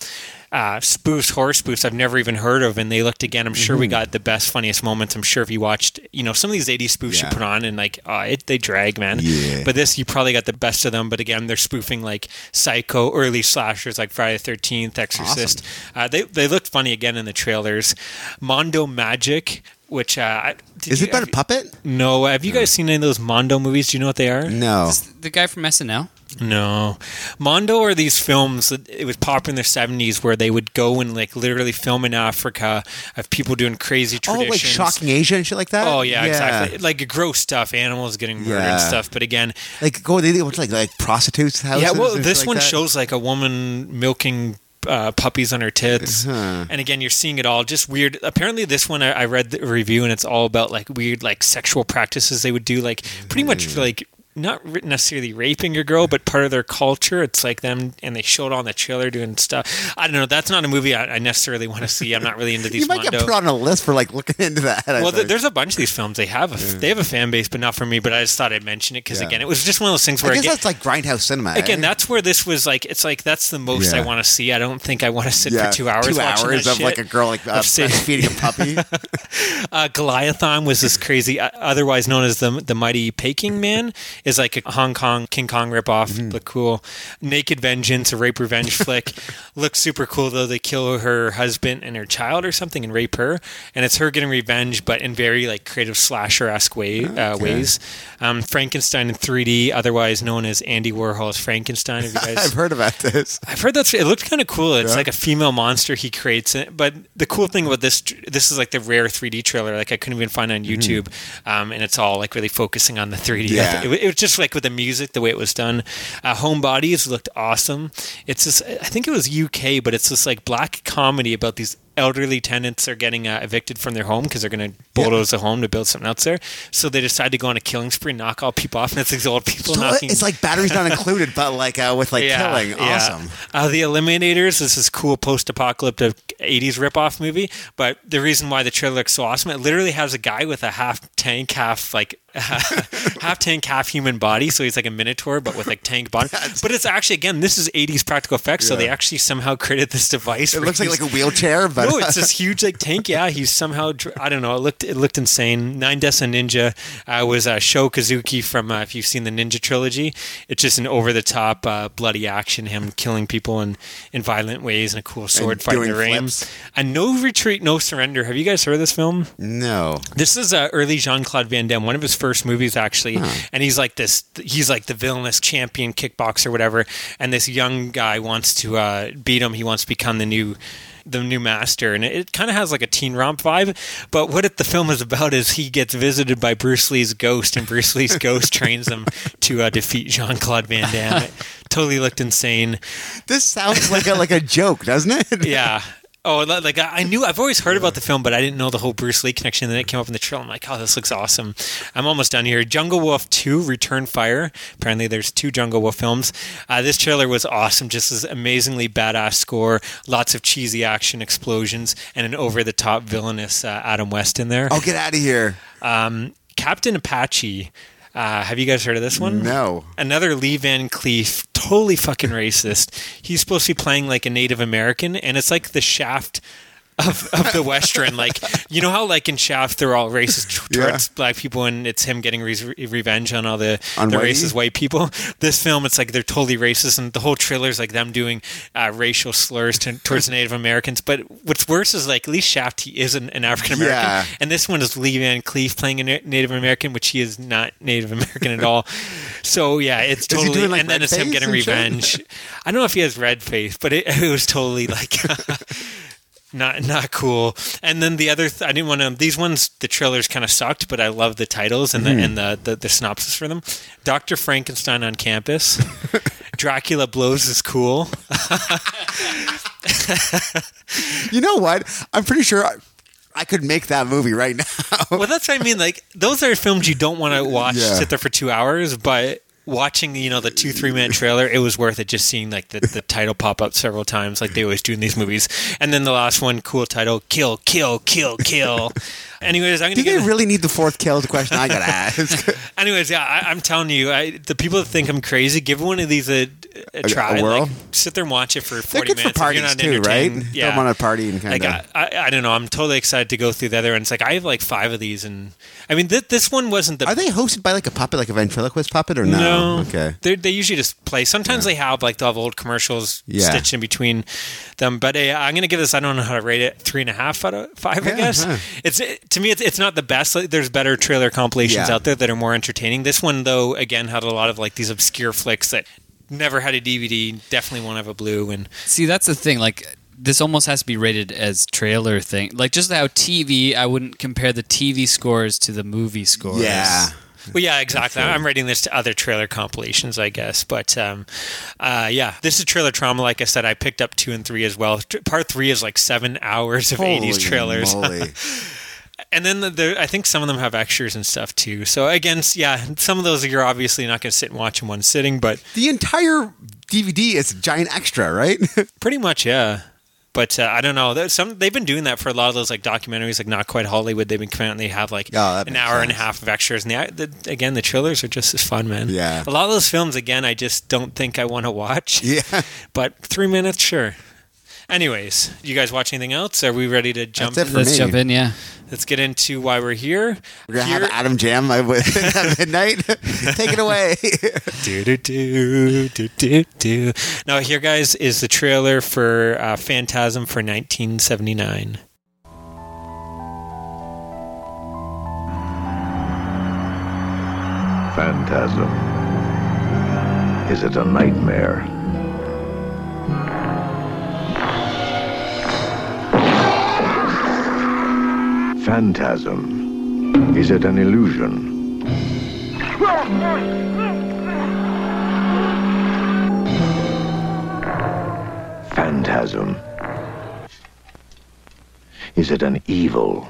S1: uh, spoofs, horror spoofs I've never even heard of, and they looked again. I'm
S2: Mm-hmm.
S1: sure we got the best, funniest moments. I'm sure if you watched, you know, some of these 80s spoofs
S2: Yeah.
S1: you put on and like, uh, it, they drag, man.
S2: Yeah.
S1: But this, you probably got the best of them. But again, they're spoofing like Psycho, early slashers like Friday the 13th, Exorcist. Uh, they they looked funny again in the trailers. Mondo Magic, which uh, I- did
S2: Is
S1: you-
S2: it about a
S1: have you-
S2: puppet?
S1: No, have you guys seen any of those Mondo movies? Do you know what they are?
S2: No.
S3: The guy from SNL.
S1: No, Mondo are these films that it was popular in the seventies where they would go and like literally film in Africa of people doing crazy
S2: Oh,
S1: traditions.
S2: like shocking Asia and shit like that.
S1: Oh yeah, exactly. Like gross stuff, animals getting murdered
S2: Yeah.
S1: and stuff. But again,
S2: Like go they went to like like prostitutes' houses.
S1: yeah. Well,
S2: and shit
S1: this
S2: like
S1: one
S2: that?
S1: shows like a woman milking. Uh, puppies on her tits,
S2: Huh.
S1: and again, you're seeing it all. Just weird. Apparently, this one I, I read the review, and it's all about like weird, like sexual practices they would do, like pretty
S2: Mm-hmm.
S1: much like not re- necessarily raping your girl, but part of their culture. It's like them, and they showed on the trailer doing stuff. I don't know. That's not a movie I, I necessarily want to see. I'm not really into these.
S2: You might get
S1: Mondo-
S2: put on a list for like looking into that. I
S1: well, th-
S2: think.
S1: there's a bunch of these films. They have a f- they have a fan base, but not for me. But I just thought I'd mention it because
S2: Yeah.
S1: again, it was just one of those things where
S2: I guess
S1: again-
S2: that's like grindhouse cinema.
S1: Again,
S2: eh?
S1: that's where this was like. It's like that's the most
S2: Yeah.
S1: I want to see. I don't think I want to sit
S2: Yeah,
S1: for two hours.
S2: Two
S1: watching
S2: hours
S1: that
S2: of like a
S1: shit.
S2: girl like uh,
S1: I've seen-
S2: feeding a puppy.
S1: Uh, Goliathon was this crazy, uh, otherwise known as the the Mighty Peking Man, is like a Hong Kong King Kong ripoff.
S2: Mm-hmm.
S1: Look cool. Naked Vengeance, a rape revenge flick. Looks super cool though. They kill her husband and her child or something and rape her, and it's her getting revenge, but in very like creative slasher esque way uh, ways. Um, Frankenstein in 3D, otherwise known as Andy Warhol's Frankenstein. Have you guys
S2: I've heard about this.
S1: I've heard that's it looked kind of cool. It's
S2: Yeah.
S1: like a female monster he creates it. But the cool thing about this this is like the rare 3D trailer. Like I couldn't even find it
S2: Hmm.
S1: on YouTube, um, and it's all like really focusing on the 3D.
S2: Yeah.
S1: It, it was just like with the music, the way it was done. Uh, Homebodies looked awesome. It's this I think it was UK, but it's this like black comedy about these elderly tenants are getting uh, evicted from their home because they're going to bulldoze the home to build something else there. So they decide to go on a killing spree, knock all people off, and it's these old people
S2: So
S1: knocking.
S2: it's like batteries not included, but like uh, with like killing. Awesome.
S1: Uh, the Eliminators. This is cool post-apocalyptic '80s ripoff movie. But the reason why the trailer looks so awesome, it literally has a guy with a half tank, half like half tank, half human body. So he's like a minotaur, but with like tank body. but it's actually again, this is '80s practical effects. So
S2: Yeah.
S1: they actually somehow created this device.
S2: It looks like like a
S1: a
S2: wheelchair, but
S1: no, it's this huge like tank. Yeah, he's somehow dr- I don't know. It looked it looked insane. Nine Desa Ninja uh, was uh, Sho Kazuki from uh, if you've seen the Ninja trilogy. It's just an over the top uh, bloody action, him killing people in in violent ways and a cool sword
S2: And
S1: fight in
S2: doing
S1: the rain.
S2: flips.
S1: And No Retreat, No Surrender. Have you guys heard of this film?
S2: no.
S1: This is uh, early Jean Claude Van Damme, one of his first movies actually, and he's like this. He's like the villainous champion kickboxer, whatever. And this young guy wants to uh, beat him. He wants to become the new, the new master. And it, it kind of has like a teen romp vibe. But what it, the film is about is he gets visited by Bruce Lee's ghost, and Bruce Lee's ghost trains him to uh, defeat Jean Claude Van Damme. It totally looked insane
S2: This sounds like a like a joke, doesn't it?
S1: yeah. Oh, li- like I I knew I've always heard about the film, but I didn't know the whole Bruce Lee connection. Then it came up in the trail. I'm like, oh, this looks awesome. I'm almost done here. Jungle Wolf Two: Return Fire. Apparently, there's two Jungle Wolf films. Uh, this trailer was awesome. Just this amazingly badass score, lots of cheesy action, explosions, and an over-the-top villainous uh, Adam West in there.
S2: Oh, get out of here.
S1: Um, Captain Apache. Uh, have you guys heard of this one?
S2: No.
S1: Another Lee Van Cleef, totally fucking racist. He's supposed to be playing like a Native American, and it's like the shaft. Of, of the Western, like you know how like in Shaft they're all racist t-
S2: Yeah.
S1: towards black people, and it's him getting re- revenge on all the
S2: On
S1: the
S2: whitey?
S1: racist white people. This film, it's like they're totally racist, and the whole trailer's like them doing uh, racial slurs to, towards Native Americans. But what's worse is like at least Shaft he is an, an African American,
S2: Yeah.
S1: and this one is Lee Van Cleef playing a Na- Native American, which he is not Native American at all. So yeah, it's
S2: he
S1: totally.
S2: doing, like,
S1: and then
S2: red
S1: it's him
S2: face
S1: getting
S2: and shit?
S1: revenge. I don't know if he has red face, but it, it was totally like. Not not cool. And then the other, th- I didn't want to. These ones, the trailers kind of sucked, but I love the titles and the
S2: Mm-hmm.
S1: and the, the the synopsis for them. Doctor Frankenstein on campus. Dracula blows is cool.
S2: You know what? I'm pretty sure I, I could make that movie right now.
S1: well, that's what I mean. Like those are films you don't want to watch,
S2: Yeah.
S1: sit there for two hours, but watching you know the two three minute trailer it was worth it just seeing like the, the title pop up several times like they always do in these movies and then the last one cool title kill kill kill kill Anyways, I'm
S2: Do
S1: gonna
S2: they
S1: get.
S2: really need the fourth kill? Is the question I gotta ask.
S1: Anyways, yeah, I, I'm telling you, I, the people that think I'm crazy, give one of these a, a try.
S2: whirl?
S1: Like, sit there and watch it for 40
S2: They're good for
S1: minutes. If you're
S2: parties
S1: not
S2: too, right?
S1: entertained,
S2: Yeah. Don't want to party and kind
S1: Like
S2: of.
S1: I, I, I don't know. I'm totally excited to go through the other ones. Like I have like five of these, and I mean th- this one wasn't the
S2: Are they hosted by like a puppet, like a ventriloquist puppet, or no? Okay.
S1: They're, they usually just play. Sometimes they have like they'll have old commercials
S2: Yeah.
S1: stitched in between them. But uh, I'm gonna give this. I don't know how to rate it. Three and a half out of five.
S2: Yeah,
S1: I guess
S2: huh.
S1: it's it, to me. It's, it's not the best. Like, there's better trailer compilations
S2: Yeah.
S1: out there that are more entertaining. This one though, again, had a lot of like these obscure flicks that never had a DVD. Definitely won't have a blue. And
S3: See, that's the thing. Like, this almost has to be rated as trailer thing. Like, just how TV, I wouldn't compare the TV scores to the movie scores.
S2: Yeah.
S1: well, yeah, exactly. I'm rating this to other trailer compilations, I guess. But um, uh, yeah, this is trailer trauma. Like I said, I picked up two and three as well. Tr- Part three is like seven hours of
S2: Holy
S1: 80s trailers.
S2: moly.
S1: and then the, there, I think some of them have extras and stuff too. So again, s- yeah, some of those you're obviously not going to sit and watch in one sitting, but
S2: the entire DVD is a giant extra, right?
S1: pretty much, yeah. But uh, I don't know. There's Some they've been doing that for a lot of those like documentaries, like not quite Hollywood. They've been coming out and they have like
S2: Oh, that
S1: an
S2: makes
S1: hour and a
S2: sense.
S1: half of extras. And the, the, again, the trailers are just as fun, man.
S2: Yeah.
S1: A lot of those films, again, I just don't think I want to watch.
S2: yeah.
S1: But three minutes, sure. Anyways, you guys watch anything else? Are we ready to jump?
S2: That's it
S1: in?
S2: for
S3: Let's
S2: me.
S3: jump in, yeah.
S1: Let's get into why we're here.
S2: We're gonna
S1: Here-
S2: have Adam Jam at midnight. Take it away.
S1: do do do do do do. Now here, guys, is the trailer for uh, Phantasm for 1979.
S4: Phantasm. Is it a nightmare? Phantasm. Is it an illusion? Phantasm. Is it an evil?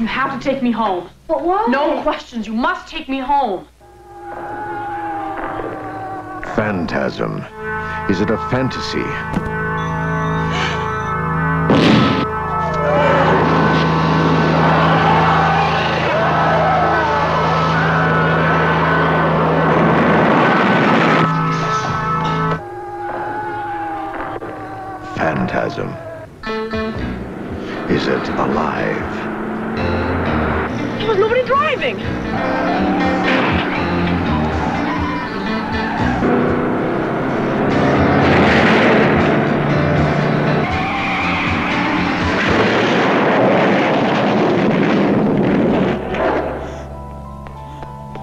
S5: You have to take me home.
S6: But why?
S5: No questions. You must take me home.
S4: Phantasm. Is it a fantasy? Phantasm. Is it alive?
S5: There was nobody driving.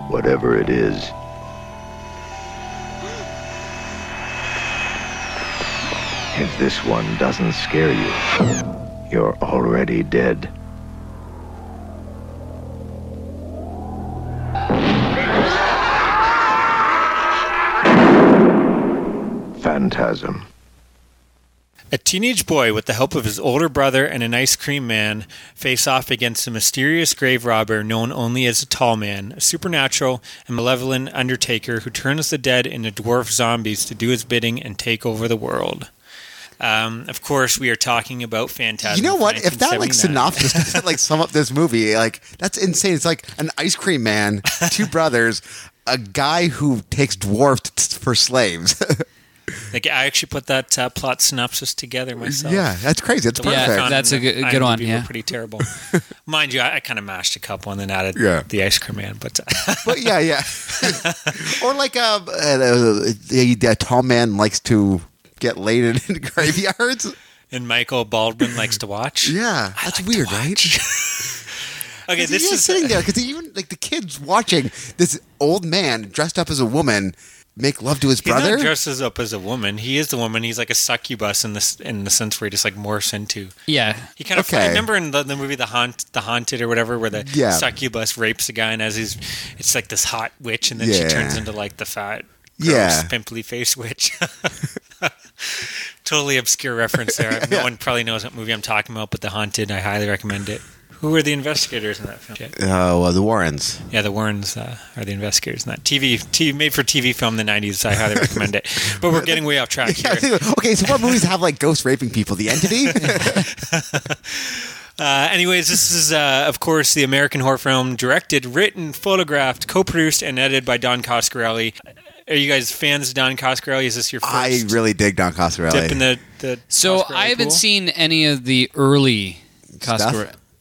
S4: Whatever it is, if this one doesn't scare you, you're already dead. Phantasm.
S1: A teenage boy, with the help of his older brother and an ice cream man, face off against a mysterious grave robber known only as the Tall Man, a supernatural and malevolent undertaker who turns the dead into dwarf zombies to do his bidding and take over the world. Um, of course, we are talking about Phantasm.
S2: you know
S1: from
S2: what? If that like
S1: 1979.
S2: synopsis doesn't like sum up this movie, like that's insane. It's like an ice cream man, two brothers, a guy who takes dwarfs for slaves.
S1: Like I actually put that uh, plot synopsis together myself.
S2: yeah, that's crazy. That's
S1: The
S3: Yeah,
S2: perfect.
S1: on
S3: that's a good-
S1: IMDb
S3: good one, yeah.
S1: Were pretty terrible, mind you. I, I kind of mashed a couple and then added
S2: Yeah.
S1: the ice cream man. But uh,
S2: but yeah, yeah. or like uh, uh, the, the tall man likes to get laid in, in graveyards.
S1: and Michael Baldwin likes to watch.
S2: Yeah,
S1: I
S2: that's
S1: like to
S2: weird, right?
S1: Okay,
S2: This
S1: this is
S2: sitting there because even like the kids watching this old man dressed up as a woman make love to his
S1: He's
S2: brother.
S1: not dresses up as a woman. He is the woman. He's like a succubus in this in the sense where he just like morphs into.
S3: Yeah.
S1: He kind of
S2: Okay.
S1: remember in the, the movie The Haunt, The Haunted or whatever, where the
S2: Yeah.
S1: succubus rapes a guy and as he's it's like this hot witch and then she
S2: Yeah.
S1: turns into like the fat, gross,
S2: Yeah.
S1: pimply face witch. totally obscure reference there. No one probably knows what movie I'm talking about, but The Haunted. I highly recommend it. Who were the investigators in that film? Jay?
S2: Oh, uh, the Warrens.
S1: Yeah, the Warrens uh, are the investigators in that TV, t- made for TV film in the '90s. I highly recommend it. But we're getting way off track
S2: Yeah, I
S1: here.
S2: think- okay, so what movies have like ghost raping people? The Entity?
S1: Uh, anyways, this is, uh, of course, the American horror film directed, written, photographed, co-produced, and edited by Don Coscarelli. Are you guys fans of Don Coscarelli? Is this your first
S2: I really dig Don
S1: dip in
S2: Coscarelli.
S1: the, the
S3: So
S1: Coscarelli
S3: I haven't
S1: pool?
S3: seen any of the early
S2: Stuff?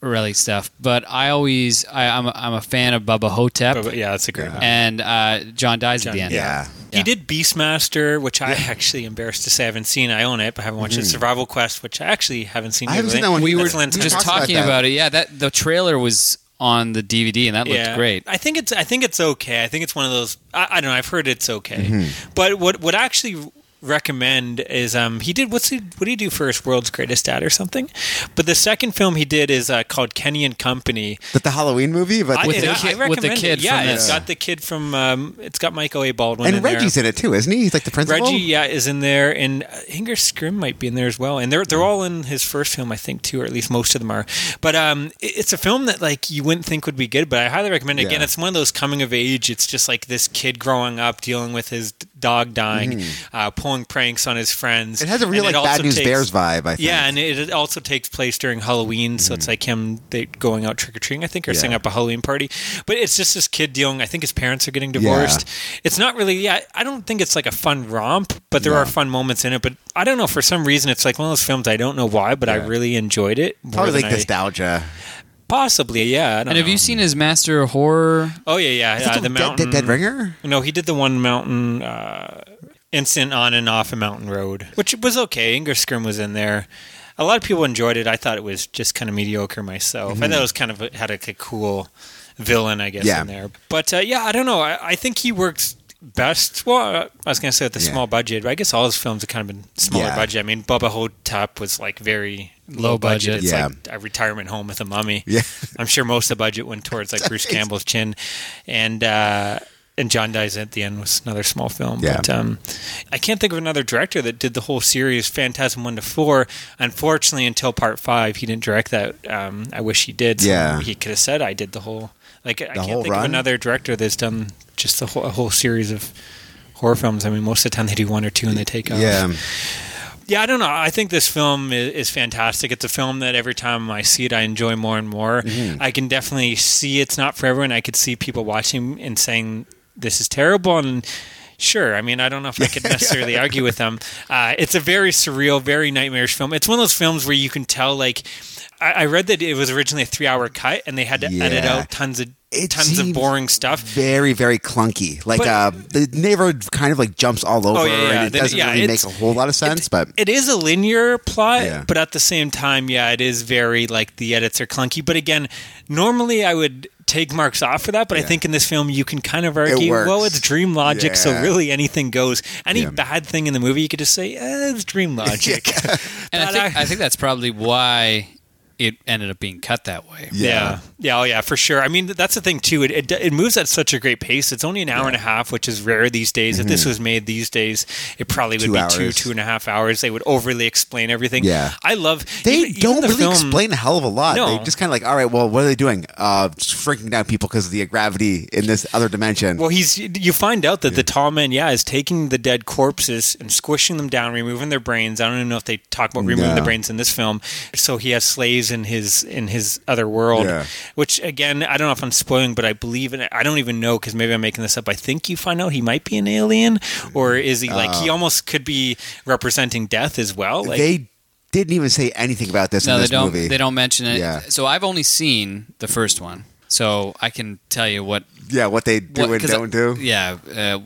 S3: Coscarelli stuff, but I always I, I'm a, I'm a fan of Bubba Hotep
S1: Oh, but yeah, that's a great one.
S3: and uh, John dies at
S1: John-
S3: the end.
S2: Yeah.
S1: He did Beastmaster, which I actually embarrassed to say I haven't seen. I own it, but I haven't watched it. Survival Quest, which I actually haven't seen.
S2: Mm-hmm. I haven't
S1: either.
S2: seen that one
S1: We
S2: either.
S1: were
S2: We
S1: just
S3: Just
S2: talked about
S3: talking
S2: that.
S3: about, it, yeah. That the trailer was on the DVD and that looked great.
S1: I think it's I think it's okay. I think it's one of those. I, I don't know. I've heard it's okay.
S3: Mm-hmm.
S1: But what what I actually recommend is um he did what's he what did he do first World's Greatest Dad or something? But the second film he did is uh, called Kenny and Company.
S2: But the Halloween movie, but
S1: I,
S3: With
S1: and
S3: the
S1: I- I
S3: kid- with the
S1: recommend it.
S3: kid
S1: Yeah,
S3: from
S1: it's
S3: the-
S1: got the kid from. Um, it's got Michael A. Baldwin in
S2: and
S1: there.
S2: Reggie's in it too, isn't he? He's like the principal.
S1: Reggie, yeah, is in there, and uh, Inger Scrim might be in there as well. And they're
S2: Hmm.
S1: they're all in his first film, I think, too, or at least most of them are. But um, it- it's a film that like you wouldn't think would be good, but I highly recommend. it. Again,
S2: Yeah.
S1: it's one of those coming of age. It's just like this kid growing up, dealing with his d- dog dying, uh, pulling pranks on his friends.
S2: Hmm. It has a real
S1: And
S2: like
S1: it
S2: Bad
S1: also
S2: News
S1: takes-
S2: Bears vibe. I think. Hmm.
S1: Yeah, and it it also takes place during Halloween, so it's like him they, going out trick or treating, I think, or setting up a Halloween party. But it's just this kid dealing. I think his parents are getting divorced. It's not really. Yeah, I don't think it's like a fun romp, but there are fun moments in it. But I don't know for some reason it's like one of those films. I don't know why, but I really enjoyed it. more
S2: probably
S1: than
S2: like
S1: I-
S2: nostalgia.
S1: Possibly, yeah. I don't
S3: And have
S1: know.
S3: you seen his Master of Horror?
S1: Oh yeah, yeah, yeah.
S2: Dead-
S1: The
S2: Dead-
S1: mountain.
S2: Dead, Ringer.
S1: No, he did the one mountain uh, instant on and off a mountain road, which was okay. Inger Skrim was in there. A lot of people enjoyed it. I thought it was just kind of mediocre myself. I thought it was kind of had like a cool villain, I guess,
S2: Mm-hmm. Yeah.
S1: in there. But uh, yeah, I don't know. I, I think he worked best. Well, uh, I was going to say with the
S2: Yeah.
S1: small budget, but I guess all his films have kind of been smaller
S2: Yeah.
S1: budget. I mean, Bubba Hotep was like very
S3: Low
S1: low budget.
S3: budget.
S1: It's
S2: Yeah.
S1: like a retirement home with a mummy.
S2: Yeah.
S1: I'm sure most of the budget went towards like Bruce Campbell's chin, and uh, and John dies at the end was another small film.
S2: Yeah.
S1: But um, I can't think of another director that did the whole series Phantasm one to four. Unfortunately, until part five, he didn't direct that. Um, I wish he did. So
S2: Yeah.
S1: he could have said I did the whole. Like I
S2: whole
S1: can't think
S2: run?
S1: of another director that's done just the whole, a whole series of horror films. I mean, most of the time they do one or two and they take off.
S2: Yeah,
S1: Yeah, I don't know. I think this film is, is fantastic. It's a film that every time I see it, I enjoy more and more.
S2: Mm-hmm.
S1: I can definitely see it's not for everyone. I could see people watching and saying this is terrible, and sure. I mean, I don't know if I could necessarily argue with them. Uh, it's a very surreal, very nightmarish film. It's one of those films where you can tell. Like, I, I read that it was originally a three-hour cut, and they had to edit
S2: Yeah.
S1: out tons of
S2: It
S1: tons of
S2: seems
S1: boring stuff.
S2: very very clunky. Like
S1: But- Oh,
S2: uh, the neighborhood kind of like jumps all
S1: yeah,
S2: over,
S1: yeah.
S2: and it
S1: Then-
S2: doesn't
S1: yeah,
S2: really make
S1: it's-
S2: a whole lot of sense. but
S1: it is a linear plot,
S2: Yeah.
S1: but at the same time, yeah, it is very like the edits are clunky. But again, normally I would take marks off for that, but I think in this film you can kind of argue,
S2: works.
S1: well, it's dream logic, so
S2: Yeah.
S1: really anything goes. Any
S2: Yeah.
S1: bad thing in the movie, you could just say eh, it's dream logic.
S3: And
S1: That
S3: I think I think that's probably why it ended up being cut that way.
S1: Yeah. yeah, oh yeah, for sure. I mean, th- that's the thing too. It it, it moves at such a great pace. It's only an hour and a half, which is rare these days. If this was made these days, it probably would
S2: Mm-hmm. Two
S1: be two
S2: hours.
S1: two and a half hours. They would overly explain everything.
S2: Yeah.
S1: I love.
S2: they
S1: even- even
S2: don't
S1: the
S2: really
S1: film-
S2: explain a hell of a lot.
S1: No.
S2: They just kind of like, all right, well, what are they doing? Uh, just shrinking down people because of the gravity in this other dimension.
S1: Well, he's. You find out that the tall man, yeah, is taking the dead corpses and squishing them down, removing their brains. I don't even know if they talk about removing
S2: No.
S1: the brains in this film. So he has slaves in his in his other world,
S2: Yeah.
S1: which again, I don't know if I'm spoiling, but I believe in. it. I don't even know because maybe I'm making this up. I think you find out he might be an alien, or is he like he almost could be representing death as well? Like,
S2: they didn't even say anything about this
S3: No,
S2: in
S3: they
S2: this
S3: don't.
S2: movie.
S3: They don't mention it.
S2: Yeah.
S3: So I've only seen the first one, so I can tell you what.
S2: Yeah, what they do
S3: what-
S2: and
S3: 'cause I-
S2: don't do.
S3: Yeah, uh,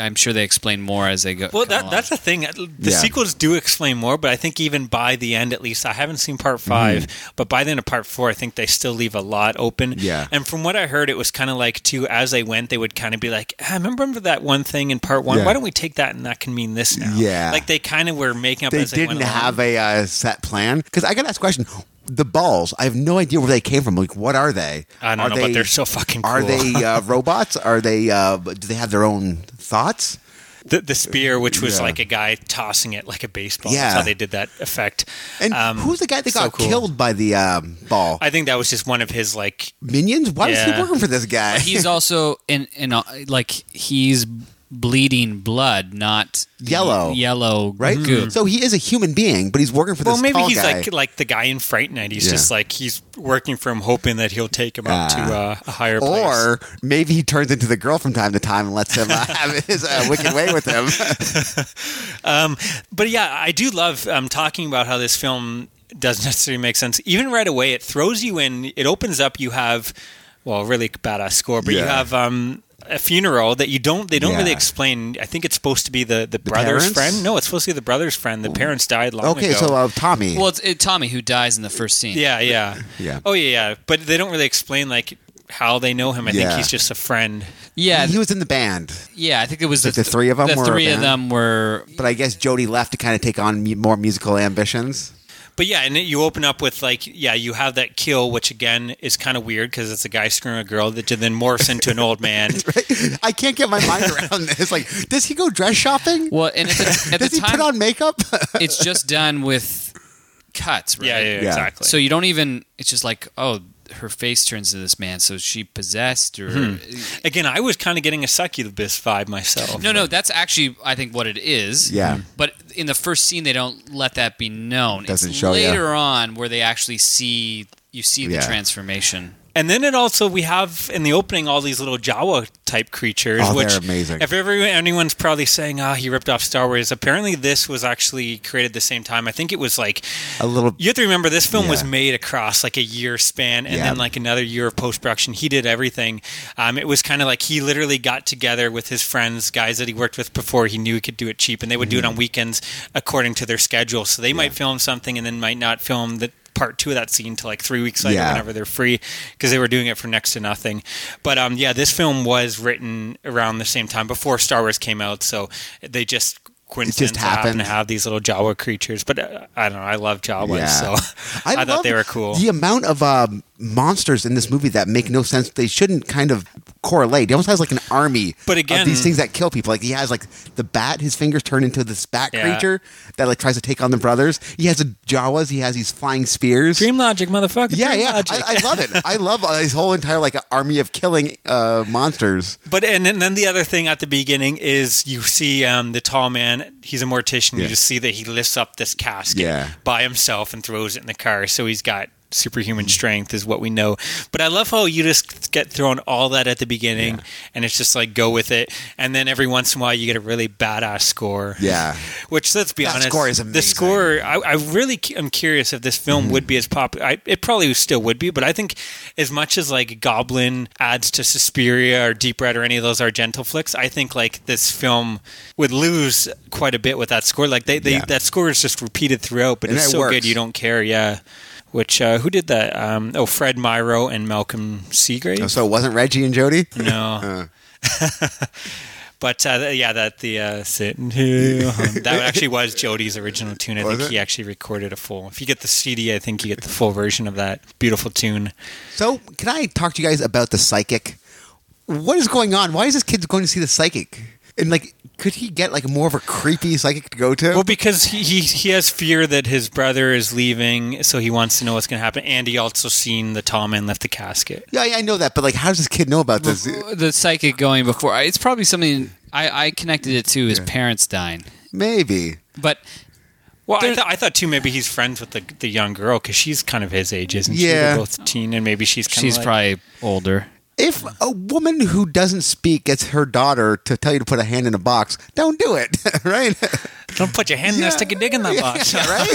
S3: I'm sure they explain more as they go.
S1: Well,
S3: come
S1: that,
S3: along.
S1: that's the thing. Uh, The
S2: Yeah.
S1: sequels do explain more, but I think even by the end, at least, I haven't seen part 5 but by the end of part four, I think they still leave a lot open.
S2: Mm-hmm. Yeah.
S1: And from what I heard, it was kind of like, too, as they went, they would kind of be like, I remember that one thing in part one.
S2: Yeah.
S1: Why don't we take that and that can mean this now?
S2: Yeah.
S1: Like they kind of were making up
S2: They
S1: as they
S2: didn't
S1: went along.
S2: have a uh, set plan. Because I got to ask a question. The balls, I have no idea where they came from. Like, what are they?
S1: I don't
S2: Are
S1: know, but they're so fucking
S2: Are
S1: cool.
S2: they uh, robots? Are they? Uh, do they have their own thoughts?
S1: the, the spear, which was
S2: Yeah.
S1: like a guy tossing it like a baseball.
S2: Yeah.
S1: That's how they did that effect.
S2: And
S1: Um,
S2: who's the guy that
S1: so
S2: got
S1: cool.
S2: killed by the um, ball?
S1: I think that was just one of his like
S2: Minions? Why was
S1: Yeah.
S2: he working for this guy?
S3: he's also in in uh, like he's bleeding blood, not the
S2: Yellow.
S3: yellow
S2: right?
S3: goo.
S2: So he is a human being, but he's working for
S1: Well,
S2: this
S1: maybe
S2: tall
S1: he's
S2: guy.
S1: like like the guy in Fright Night. He's
S2: Yeah. Ah.
S1: just like he's working for him, hoping that he'll take him up to uh, a higher place.
S2: or maybe he turns into the girl from time to time and lets him uh, have his uh, wicked way with him.
S1: Um, but yeah, I do love um, talking about how this film doesn't necessarily make sense. Even right away, it throws you in. It opens up. You have, well, really badass score, but you
S2: Yeah.
S1: have um, a funeral that you don't. They don't really
S2: Yeah.
S1: explain. I think it's supposed to be the the, brother's
S2: parents?
S1: friend. No, it's supposed to be the brother's friend. The parents died long
S2: okay,
S1: ago.
S2: so uh, Tommy.
S3: Well, it's it, Tommy who dies in the first scene.
S1: yeah, yeah,
S2: Yeah.
S1: Oh yeah, yeah. But they don't really explain like how they know him. I
S2: Yeah.
S1: think he's just a friend.
S3: yeah,
S2: he was in the band,
S3: yeah. I think it was
S2: Like the three of 'em
S3: The
S2: were a
S3: three of
S2: band?
S3: them were
S2: but I guess Jody left to kind of take on mu- more musical ambitions.
S1: But yeah, and it- you open up with like, yeah, you have that kill, which again is kind of weird because it's a guy screwing a girl that then morphs into an old man.
S2: I can't get my mind around this. Like, does he go dress shopping?
S3: well, and at the, at the
S2: does he
S3: time
S2: put on makeup?
S3: it's just done with cuts, right?
S1: Yeah, yeah, yeah,
S2: Yeah.
S1: exactly.
S3: So you don't even. It's just like oh, her face turns to this man, so she possessed or.
S1: Hmm. again, I was kind of getting a succubus vibe myself.
S3: No, no, that's actually I think what it is.
S2: Yeah.
S3: But in the first scene, they don't let that be known.
S2: Doesn't
S3: it's
S2: show ya.
S3: later on where they actually see you see the
S2: Yeah.
S3: transformation.
S1: And then it also we have in the opening all these little Jawa type creatures,
S2: Oh, they're
S1: which
S2: amazing.
S1: If ever anyone's probably saying, "Ah, he ripped off Star Wars," apparently this was actually created the same time. I think it was like
S2: a little.
S1: you have to remember this film was
S2: Yeah.
S1: made across like a year span and
S2: Yeah.
S1: then like another year of post production. He did everything. Um, it was kind of like he literally got together with his friends, guys that he worked with before he knew he could do it cheap, and they would do it
S2: Mm-hmm.
S1: on weekends according to their schedule. So they might film something and then might not film the part two of that scene till like three weeks later
S2: Yeah.
S1: whenever they're free because they were doing it for next to nothing but um yeah this film was written around the same time before star wars came out so they just coincidentally happened
S2: happened.
S1: to have these little jawa creatures but uh, i don't know i love jawa was, So I, thought
S2: love
S1: they were cool.
S2: The amount of um, monsters in this movie that make no sense. They shouldn't kind of correlate. He almost has like an army.
S1: But
S2: of
S1: again-
S2: these things that kill people. Like he has like the bat. His fingers turn into this bat
S1: Yeah.
S2: creature that like tries to take on the brothers. He has the Jawas. He has these flying spears.
S1: Dream logic, motherfucker.
S2: yeah,
S1: dream
S2: yeah,
S1: logic.
S2: I, I love it. I love uh, his whole entire like army of killing uh, monsters.
S1: but and, and then the other thing at the beginning is you see um, the tall man. He's a mortician. You
S2: Yeah.
S1: just see that he lifts up this casket
S2: Yeah.
S1: by himself and throws it in the car. So he's got superhuman
S2: Mm-hmm.
S1: strength, is what we know. But I love how you just get thrown all that at the beginning, and it's just like go with it. And then every once in a while, you get a really badass score.
S2: Yeah.
S1: Which let's be
S2: That
S1: honest,
S2: score is
S1: the
S2: amazing.
S1: score. I, I really cu- am curious if this film would be as popular. I, it probably still would be, but I think as much as like Goblin adds to Suspiria or Deep Red or any of those Argento flicks, I think like this film would lose quite a bit with that score. Like they, they
S2: Yeah.
S1: that score is just repeated throughout, but
S2: And
S1: it's
S2: it
S1: so
S2: works.
S1: good you don't care. Yeah. Which uh, who did that? Um, oh, Fred Myro and Malcolm Seagrave.
S2: So it wasn't Reggie and Jody.
S1: No. but uh, th- yeah, that the uh, sitting here, um, that actually was Jody's original tune. I
S2: Was
S1: think
S2: it?
S1: he actually recorded a full. If you get the CD, I think you get the full version of that beautiful tune.
S2: Oh. So can I talk to you guys about the psychic? What is going on? Why is this kid going to see the psychic? And like, could he get like more of a creepy psychic to go to?
S1: Well, because he, he he has fear that his brother is leaving, so he wants to know what's going to happen. And he also seen the tall man lift the casket.
S2: yeah, yeah, I know that, but like, how does this kid know about this?
S3: the psychic going before it's probably something I, I connected it to his parents dying
S2: Maybe.
S3: but
S1: Well, I,
S3: There-
S1: th- I thought too maybe he's friends with the the young girl because she's kind of his age, isn't she?
S2: Yeah.
S1: They're both teen, and maybe she's kind
S3: she's
S1: of like,
S3: probably older
S2: If a woman who doesn't speak gets her daughter to tell you to put a hand in a box, don't do it, right?
S1: don't put your hand in there, stick a dig in that box.
S2: right?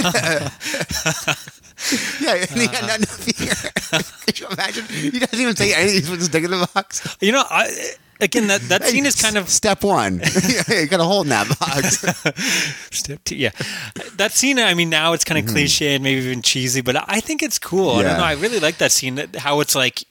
S2: yeah, and he had no fear. Could you imagine? He doesn't even say anything. He's just digging in the box.
S1: You know, I again that that scene is kind of
S2: step one. you got a hole in that box.
S1: step two. Yeah, that scene. I mean, now it's kind of cliche and maybe even cheesy, but I think it's cool. I don't
S2: Mm-hmm. Yeah.
S1: know. I really like that scene. that- How it's like,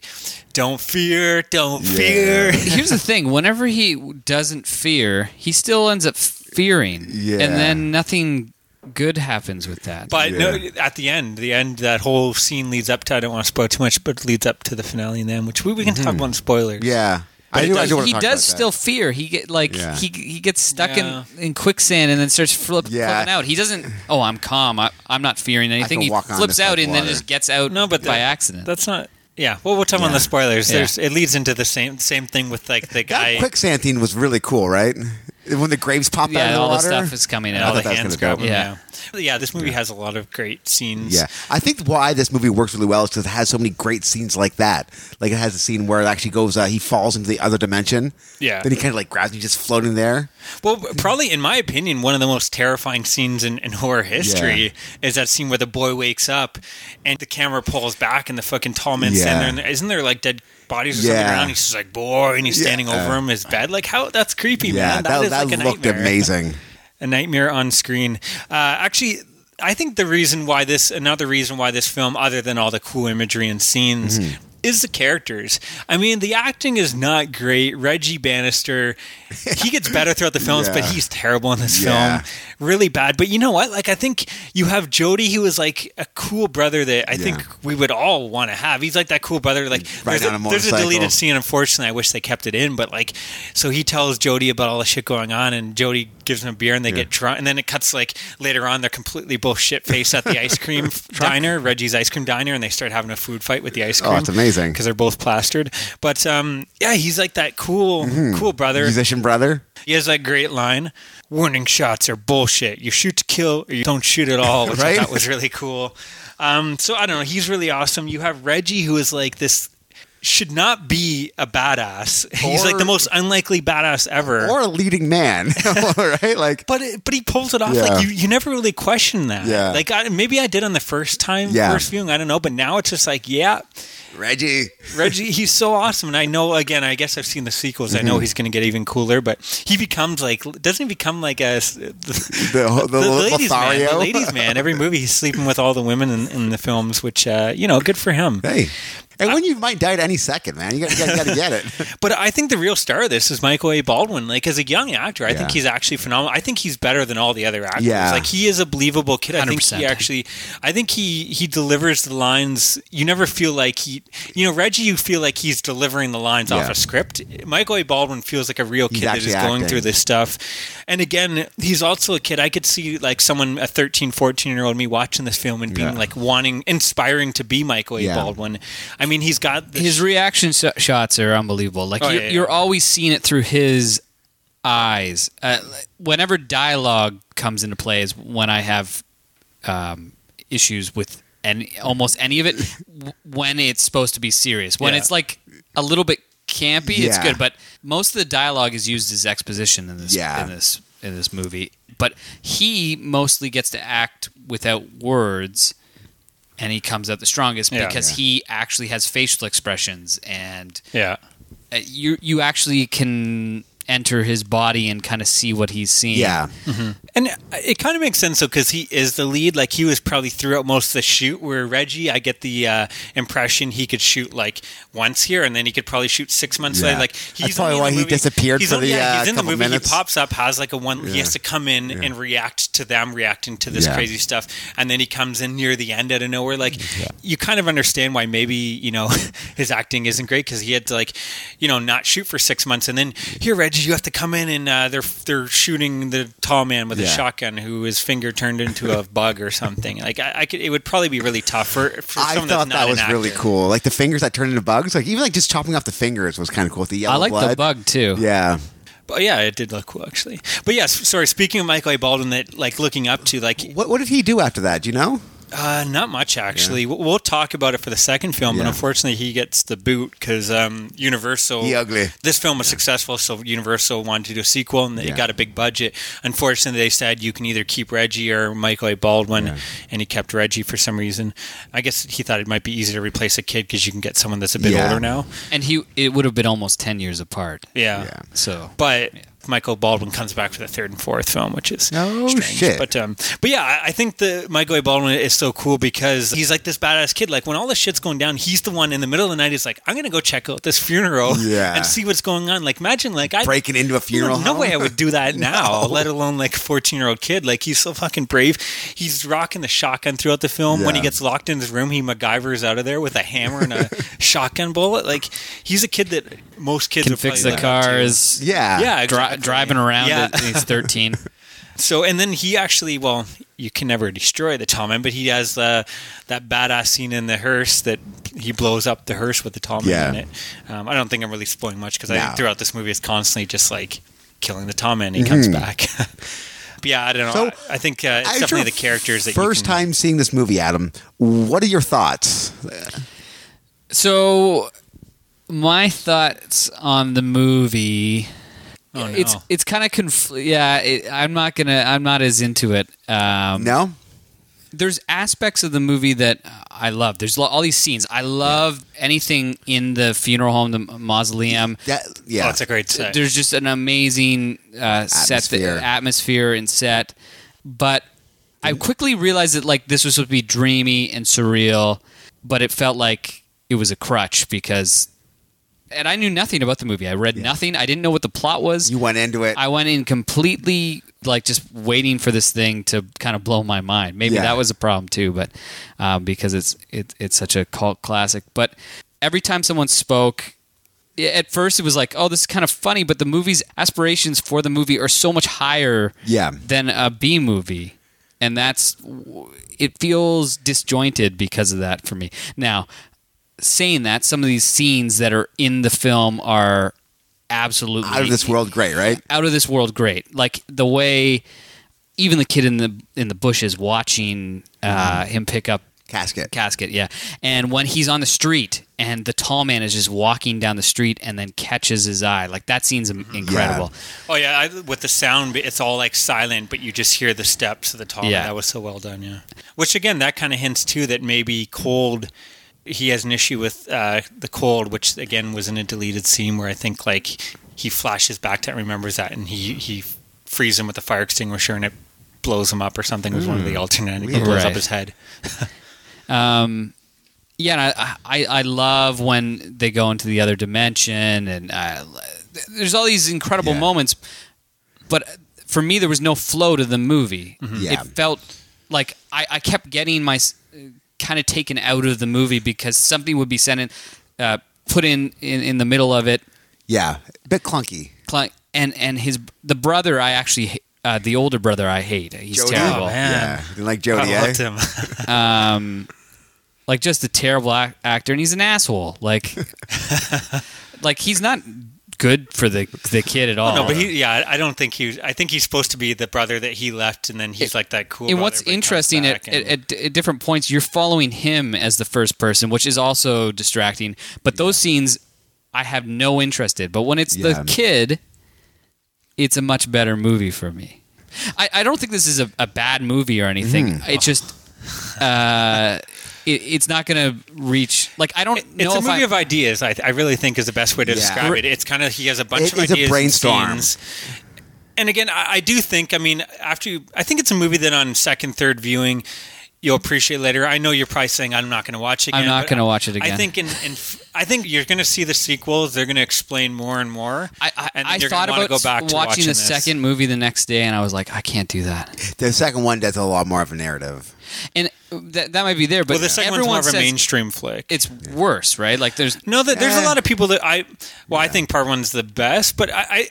S1: don't fear, don't fear.
S3: here's the thing whenever he doesn't fear he still ends up fearing
S2: Yeah.
S3: and then nothing good happens with that
S1: But
S2: Yeah.
S1: no, at the end, the end that whole scene leads up to. I don't want to spoil too much, but leads up to the finale and then, which we, we can talk about in spoilers.
S2: Mm-hmm. Yeah. I knew- I
S3: he,
S2: knew what I'm talking
S3: he
S2: about
S3: does still
S2: that.
S3: fear. He get like
S2: Yeah.
S3: he he gets stuck
S1: Yeah.
S3: in, in quicksand and then starts flip,
S2: Yeah.
S3: flipping out. He doesn't. Oh, I'm calm. I, I'm not fearing anything. He
S2: walk on
S3: flips
S2: this like
S3: out and then
S2: water."
S3: just gets out.
S1: No, but
S3: by
S1: that-
S3: accident.
S1: That's not. Yeah. Well, we'll talk about the spoilers.
S3: Yeah.
S1: There's, it leads into the same same thing with like the
S2: That
S1: guy.
S2: quicksand scene was really cool, right? When the graves pop out of
S3: yeah,
S2: the
S3: all
S2: water.
S3: the stuff is coming
S1: and all
S2: I
S1: the
S2: thought that
S3: out.
S2: was
S1: hands
S2: gonna go.
S1: grabbing.
S3: Yeah.
S1: Yeah. yeah. This movie has a lot of great scenes.
S2: Yeah, I think why this movie works really well is because it has so many great scenes like that. Like it has a scene where it actually goes, uh, he falls into the other dimension.
S1: Yeah.
S2: Then he kind of like grabs, you just floating there.
S1: Well, probably in my opinion, one of the most terrifying scenes in, in horror history is that scene where the boy wakes up and the camera pulls back and the fucking tall man
S2: Yeah.
S1: standing there. And isn't there like dead bodies or
S2: Yeah.
S1: something around? He's just like boy, and he's
S2: Yeah.
S1: standing over him in his bed. Like how that's creepy,
S2: Yeah,
S1: man.
S2: that,
S1: is
S2: that
S1: like a
S2: looked
S1: nightmare.
S2: amazing.
S1: a nightmare on screen. Uh, actually, I think the reason why this, another reason why this film, other than all the cool imagery and scenes,
S2: Mm-hmm.
S1: is the characters. I mean, the acting is not great. Reggie Bannister, he gets better throughout the films, but
S2: Yeah.
S1: he's terrible in this
S2: Yeah.
S1: film. Really bad. But you know what? Like, I think you have Jody, who is like a cool brother that I think we would all want to have. He's like that cool brother. Like,
S2: Riding
S1: there's,
S2: on
S1: a,
S2: a
S1: there's a
S2: motorcycle.
S1: deleted scene. Unfortunately, I wish they kept it in, but like, so he tells Jody about all the shit going on, and Jody gives him a beer, and they get drunk, and then it cuts like later on. They're completely both shit faced at the ice cream diner, Reggie's ice cream diner, and they start having a food fight with the ice
S2: Oh,
S1: cream.
S2: that's amazing.
S1: because they're both plastered. But um, yeah, he's like that cool,
S2: Mm-hmm.
S1: cool brother.
S2: Musician brother.
S1: He has that great line: "Warning shots are bullshit. You shoot to kill, or you don't shoot at all." Which
S2: Right?
S1: I thought was really cool. Um, so I don't know. He's really awesome. You have Reggie, who is like this. Should not be a badass. He's like
S2: Or-
S1: the most unlikely badass ever.
S2: or a leading man, right? Like,
S1: but it, but he pulls it off.
S2: Yeah.
S1: Like you, you never really question that.
S2: Yeah.
S1: Like I, maybe I did on the first time,
S2: Yeah.
S1: first viewing. I don't know. But now it's just like, yeah,
S2: Reggie.
S1: Reggie, he's so awesome, and I know. Again, I guess I've seen the sequels. I
S2: Mm-hmm.
S1: know he's going to get even cooler, but he becomes like doesn't he become like a the,
S2: the
S1: ladies man, the
S2: Lothario?
S1: ladies man. Every movie he's sleeping with all the women in, in the films, which uh, you know, good for him.
S2: Hey. And when you might die at any second, man, you got you got to get it.
S1: But I think the real star of this is Michael A. Baldwin. Like as a young actor, I think
S2: Yeah.
S1: he's actually phenomenal. I think he's better than all the other actors.
S2: Yeah.
S1: Like he is a believable kid. I think
S3: 100%.
S1: he actually I think he he delivers the lines. You never feel like he you know, Reggie you feel like he's delivering the lines off
S2: Yeah.
S1: a script. Michael A. Baldwin feels like a real
S2: He's
S1: kid that is
S2: actually
S1: going
S2: acting.
S1: through this stuff. And again, he's also a kid. I could see like someone a 13, 14 year old me watching this film and being
S2: Yeah.
S1: like wanting inspiring to be Michael A.
S2: Yeah.
S1: Baldwin. I mean, he's got the
S3: his reaction sh- shots are unbelievable. Like
S1: Oh,
S3: you're,
S1: yeah, yeah.
S3: you're always seeing it through his eyes. Uh, whenever dialogue comes into play, is when I have um, issues with any almost any of it. W- when it's supposed to be serious, when
S1: Yeah.
S3: it's like a little bit campy, it's
S2: Yeah.
S3: good. But most of the dialogue is used as exposition in this
S2: Yeah.
S3: in this in this movie. But he mostly gets to act without words and he comes out the strongest
S1: Yeah.
S3: because
S1: Yeah.
S3: he actually has facial expressions and
S1: yeah.
S3: uh, you you actually can enter his body and kind of see what he's seeing.
S2: Yeah.
S1: And it kind of makes sense though, because he is the lead. Like he was probably throughout most of the shoot. Where Reggie, I get the uh, impression he could shoot like once here, and then he could probably shoot six months
S2: Yeah.
S1: later. Like
S2: That's
S1: he's only
S2: probably
S1: in
S2: why
S1: the
S2: he
S1: movie-
S2: disappeared
S1: he's
S2: for
S1: only-
S2: the,
S1: yeah,
S2: uh,
S1: he's in the
S2: couple
S1: movie.
S2: minutes.
S1: He pops up, has like a one. He has to come in and react to them reacting to this
S2: Yeah.
S1: crazy stuff, and then he comes in near the end out of nowhere. Like you kind of understand why maybe you know his acting isn't great because he had to like you know not shoot for six months, and then here Reggie, you have to come in and uh, they're they're shooting the tall man with a
S2: Yeah.
S1: shotgun shotgun who his finger turned into a bug or something. Like I, I could, it would probably be really tough for, for
S2: I
S1: someone
S2: thought
S1: that's not
S2: that was
S1: an
S2: really
S1: actor.
S2: cool. Like the fingers that turn into bugs. Like even like just chopping off the fingers was kind of cool. With the yellow
S3: I like
S2: blood.
S3: the bug too.
S2: Yeah.
S1: But yeah, it did look cool actually. But yes, sorry. Speaking of Michael A. Baldwin, that like looking up to like
S2: What What did he do after that? Do you know?
S1: Uh, not much actually. We'll, we'll talk about it for the second film, but
S2: Yeah.
S1: unfortunately, he gets the boot because um, Universal.
S2: He ugly.
S1: This film was successful, so Universal wanted to do a sequel, and they
S2: Yeah.
S1: got a big budget. Unfortunately, they said you can either keep Reggie or Michael A. Baldwin, and he kept Reggie for some reason. I guess he thought it might be easier to replace a kid because you can get someone that's a bit
S2: Yeah.
S1: older now.
S3: And he it would have been almost ten years apart.
S1: Yeah.
S2: Yeah.
S3: So
S1: But Michael Baldwin comes back for the third and fourth film, which is
S2: No
S1: strange.
S2: shit.
S1: But um, but yeah, I- I think the Michael A. Baldwin is so cool because he's like this badass kid. Like when all this shit's going down, he's the one in the middle of the night. He's like, I'm gonna go check out this funeral
S2: Yeah.
S1: and see what's going on. Like imagine like I
S2: Breaking into a funeral
S1: No
S2: home?
S1: way I would do that now, let alone like a 14 year old kid. Like he's so fucking brave. He's rocking the shotgun throughout the film. When he
S2: Yeah.
S1: gets locked in his room, he MacGyver's out of there with a hammer and a shotgun bullet. Like he's a kid that most kids
S3: Can
S1: would
S3: fix
S1: probably
S3: the
S1: look up to.
S3: cars.
S2: Yeah.
S1: Yeah,
S3: Dri-
S1: exactly.
S3: driving around
S1: Yeah.
S3: at he's 13.
S1: So and then he actually, well, you can never destroy the tall man, but he has uh, that badass scene in the hearse that he blows up the hearse with the tall man
S2: Yeah.
S1: in it. Um, I don't think I'm really spoiling much because I
S2: No.
S1: think throughout this movie it's constantly just like killing the tall man. And he comes back. but yeah, I don't know.
S2: Mm-hmm. So,
S1: I, I think uh, it's
S2: After
S1: definitely the characters that
S2: first
S1: you can,
S2: time seeing this movie, Adam. What are your thoughts?
S3: So, my thoughts on the movie.
S1: Oh, no.
S3: It's it's kind of confl- yeah. It, I'm not gonna. I'm not as into it. Um,
S2: No,
S3: there's aspects of the movie that I love. There's lo- all these scenes. I love anything in the funeral home, the mausoleum.
S2: that yeah,
S1: Oh, it's a great set.
S3: There's just an amazing uh, set,
S2: Atmosphere. Mm-hmm.
S3: the atmosphere and set. But I quickly realized that like this was supposed to be dreamy and surreal, but it felt like it was a crutch because. And I knew nothing about the movie. I read nothing. I didn't know what the plot was.
S2: you went into it.
S3: I went in completely like just waiting for this thing to kind of blow my mind. Maybe
S2: Yeah.
S3: that was a problem too, but um, because it's it, it's such a cult classic. But every time someone spoke, i- at first it was like, oh, this is kind of funny, but the movie's aspirations for the movie are so much higher
S2: Yeah.
S3: than a B movie, and that's it feels disjointed because of that for me. Now, saying that, some of these scenes that are in the film are absolutely
S2: Out of this world, great, right?
S3: out of this world great. Like the way even the kid in the in the bush is watching uh, him pick up
S2: Casket.
S3: casket, yeah. And when he's on the street and the tall man is just walking down the street and then catches his eye, like that scene's im- incredible.
S1: oh yeah, I, with the sound, it's all like silent, but you just hear the steps of the tall man.
S3: Yeah.
S1: That was so well done. Yeah. Which again, that kind of hints too that maybe cold. He has an issue with uh, the cold, which again was in a deleted scene where I think like he flashes back to it, remembers that, and he he frees him with a fire extinguisher and it blows him up or something. It was one of the alternate. and It blows
S3: Right.
S1: up his head.
S3: Yeah, and I, I I love when they go into the other dimension, and I, there's all these incredible
S2: Yeah.
S3: moments. But for me, there was no flow to the movie.
S2: Mm-hmm. Yeah.
S3: It felt like I, I kept getting my kind of taken out of the movie because something would be sent in, uh, put in, in in the middle of it,
S2: Yeah, a bit clunky.
S3: Cli- and and his the brother I actually ha- uh, the older brother I hate. He's
S2: Jody?
S3: terrible.
S1: Oh, man.
S2: Yeah, didn't like
S1: I
S2: Jody. eh?
S1: loved him.
S3: like just a terrible ac- actor and he's an asshole like like he's not good for the the kid at all
S1: No, but he, yeah, I don't think he. I think he's supposed to be the brother that he left, and then he's like that cool.
S3: and
S1: brother,
S3: what's
S1: but he comes
S3: interesting at,
S1: back and-
S3: at, at different points you're following him as the first person which is also distracting but those scenes i have no interest in but when it's
S2: Yeah.
S3: the kid it's a much better movie for me i, I don't think this is a, a bad movie or anything
S1: Mm.
S3: it just uh, it, it's not gonna reach like i don't know
S1: it's a
S3: if
S1: movie
S3: I,
S1: of ideas. I, I really think is the best way to
S2: Yeah.
S1: describe it. It's kind of he has a bunch
S2: It
S1: of
S2: is a
S1: ideas. and
S2: brainstorm.
S1: scenes. And again, I, I do think. I mean, after you, I think it's a movie that on second, third viewing, you'll appreciate later. I know you're probably saying I'm not going to watch it.
S3: I'm
S1: Again,
S3: not
S1: but
S3: gonna
S1: I-
S3: watch it
S1: I
S3: again.
S1: think in, in f- I think you're going to see the sequels. They're going to explain more and more.
S3: I, I,
S1: and
S3: I
S1: then you're gonna
S3: thought
S1: wanna go
S3: about
S1: back to
S3: watching, the
S1: this.
S3: second movie the next day, and I was like, I can't do that.
S2: The second one does a lot more of a narrative.
S3: And that, that might be there, but
S1: Well, the second
S3: everyone
S1: one's more of
S3: says
S1: a mainstream flick.
S3: it's worse, right? Like there's
S1: No, that there's
S2: Eh.
S1: a lot of people that I. Well, I think part one's the best, but I, I.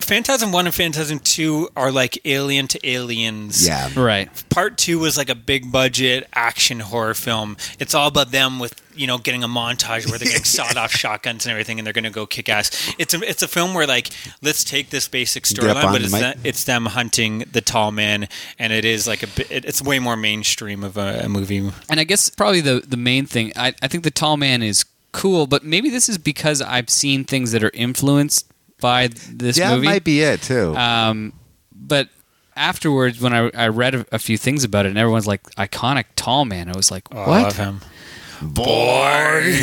S1: Phantasm one and Phantasm two are like alien to aliens.
S2: Yeah,
S3: right.
S1: Part two was like a big budget action horror film. It's all about them with you know getting a montage where they're getting sawed off shotguns and everything, and they're going to go kick ass. It's a it's a film where like let's take this basic
S2: Get up
S1: storyline,
S2: on
S1: but
S2: the
S1: it's
S2: mic.
S1: that, it's them hunting the tall man, and it is like a bi- it, it's way more mainstream of a, a movie.
S3: And I guess probably the the main thing, I, I think the tall man is cool, but maybe this is because I've seen things that are influenced by this
S2: yeah,
S3: movie.
S2: might be it too.
S1: Uh,
S3: But afterwards, when I, I read a, a few things about it, and everyone's like iconic tall man, I was like,
S1: Oh, I
S3: what?
S1: love him.
S2: Boy,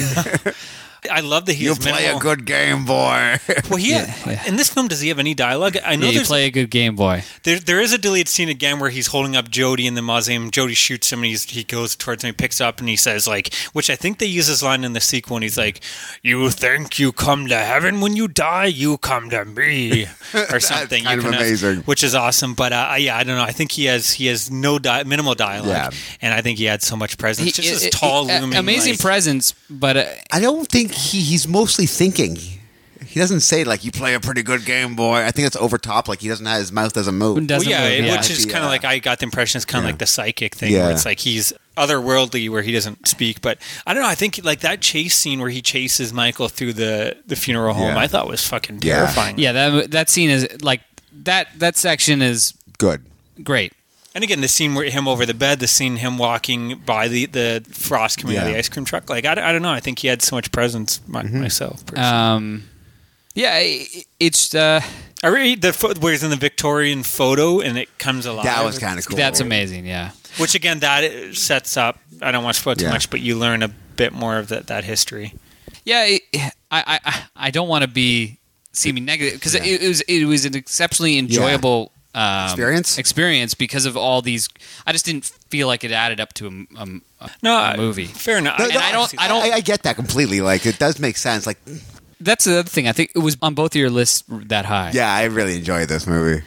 S1: I love that he
S2: You
S1: is
S2: play
S1: minimal.
S2: a good game, boy.
S1: Well, he
S3: yeah.
S1: in this film does he have any dialogue? I know
S3: Yeah, you
S1: there's
S3: play a good Game Boy.
S1: there, there is a deleted scene again where he's holding up Jody in the mausoleum. Jody shoots him, and he's, he goes towards him, he picks up, and he says like, which I think they use this line in the sequel. And he's like, "You think you come to heaven when you die? You come to me," or something. You
S2: kind of
S1: pronounce-
S2: amazing.
S1: which is awesome. But uh, I- yeah, I don't know. I think he has he has no di- minimal dialogue,
S2: Yeah.
S1: and I think he had so much presence.
S3: He-
S1: Just
S3: it-
S1: this
S3: it-
S1: tall,
S3: it-
S1: looming,
S3: amazing
S1: like-
S3: presence, but uh,
S2: I don't think he, he's mostly thinking. He doesn't say like you play a pretty good game, boy. I think that's over top. Like he doesn't have his mouth doesn't move.
S3: doesn't
S1: well, yeah,
S3: move,
S1: it-
S3: yeah.
S1: which is
S2: Yeah.
S1: kind of like I got the impression it's kind of like the psychic thing,
S2: Yeah.
S1: where it's like he's otherworldly, where he doesn't speak. But I don't know. I think like that chase scene where he chases Michael through the the funeral home,
S2: Yeah.
S1: I thought was fucking
S2: Yeah.
S1: terrifying.
S3: yeah, that that scene is like that. That section is
S2: Good.
S3: great.
S1: And again, the scene where him over the bed, the scene him walking by the the frost coming out of
S2: Yeah. Mm-hmm.
S1: the ice cream truck. Like I, don't- I don't know. I think he had so much presence my, myself. personally.
S3: Um, yeah, i it's uh,
S1: I read the pho- where he's in the Victorian photo and it comes alive.
S2: That was kind of cool.
S3: that's amazing. Yeah,
S1: Which again, that uh, sets up. I don't want to spoil too
S2: Yeah.
S1: much, but you learn a bit more of that that history.
S3: yeah. It, I I I- I don't want to be seeming negative because
S2: Yeah.
S3: it, it was it was an exceptionally enjoyable. Um,
S2: Experience?
S3: experience because of all these. I just didn't feel like it added up to a, a, a
S1: No, I-
S3: movie.
S1: Fair enough.
S2: No,
S1: And
S2: no,
S1: I don't. I
S2: I,
S1: don't.
S2: I get that completely. Like it does make sense. Like
S3: That's the other thing. I think it was on both of your lists that high.
S2: yeah, I really enjoy this movie.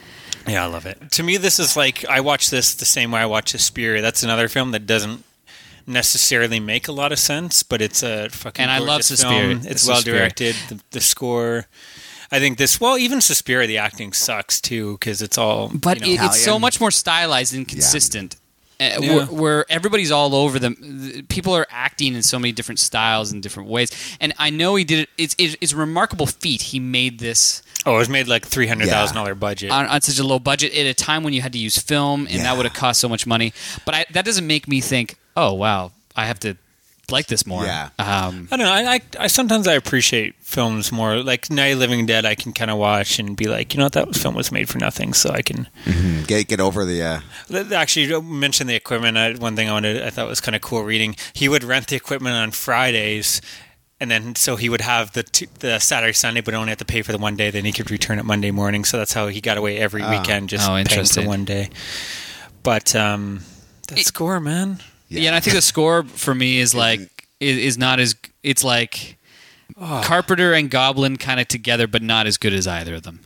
S1: yeah, I love it. To me, this is like I watch this the same way I watch Suspiria. That's another film that doesn't necessarily make a lot of sense, but it's a fucking
S3: And I love
S1: gorgeous
S3: Suspiria.
S1: film. It's
S3: It's
S1: well
S3: Suspiria.
S1: directed. The, the score. I think this. Well, even Suspiria, the acting sucks too because it's all.
S3: but
S1: you know,
S3: it, it's so
S2: Italian.
S3: much more stylized and consistent. Uh,
S1: Yeah.
S3: where, where everybody's all over them. Th- People are acting in so many different styles and different ways. And I know he did it. It's, it's, it's a remarkable feat. He made this
S1: oh, it was made like three hundred thousand thousand dollar budget.
S3: on, on such a low budget at a time when you had to use film, and
S2: Yeah.
S3: that would have cost so much money. But I, that doesn't make me think, oh, wow, I have to like this more.
S2: Yeah.
S3: Um,
S1: I don't know. I, I, I sometimes I appreciate films more. Like Night of the Living Dead, I can kind of watch and be like, you know what, that film was made for nothing. So I can
S2: Get get over the. Uh,
S1: Let- Actually, you mentioned the equipment. I, one thing I wanted, I thought was kind of cool reading. He would rent the equipment on Fridays, and then so he would have the two, the Saturday Sunday, but only have to pay for the one day. Then he could return it Monday morning. So that's how he got away every weekend, just
S3: Oh,
S1: paying for
S3: interesting.
S1: one day. But um, that score, man.
S3: yeah. and I think the score for me is like, is, is not as, it's like Carpenter and Goblin kind of together, but not as good as either of them.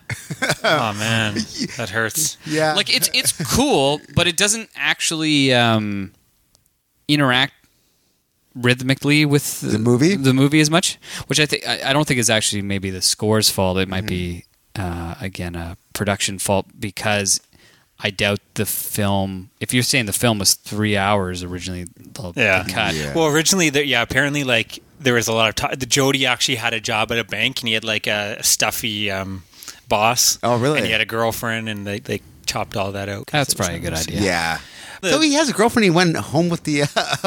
S1: Oh man, that hurts.
S2: yeah.
S3: like it's it's cool, but it doesn't actually um, interact rhythmically with the,
S2: movie?
S3: The movie as much, which I think I I don't think is actually maybe the score's fault. It might be uh, again a production fault because I doubt the film. If you're saying the film was three hours originally, the, the
S1: Yeah.
S3: cut.
S2: Yeah.
S1: Well, originally, there, yeah, apparently, like there was a lot of time. The Jody actually had a job at a bank, and he had like a stuffy um, boss.
S2: Oh, really?
S1: And he had a girlfriend, and they they chopped all that out. 'cause
S3: That's
S1: it was
S3: probably a
S1: not-
S3: good idea.
S2: yeah.
S1: The-
S2: so he has a girlfriend. He went home with the.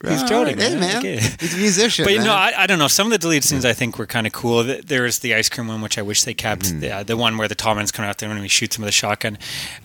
S2: Uh, oh,
S1: He's
S2: all
S1: Jody,
S2: right, hey,
S1: man.
S2: man.
S1: Okay.
S2: He's a musician.
S1: But you
S2: man.
S1: know, I, I don't know. Some of the deleted scenes I think were kind of cool. Th- There was the ice cream one, which I wish they kept.
S2: Mm-hmm.
S1: The, uh, the one where the tall man's coming out there and he shoots him with a shotgun.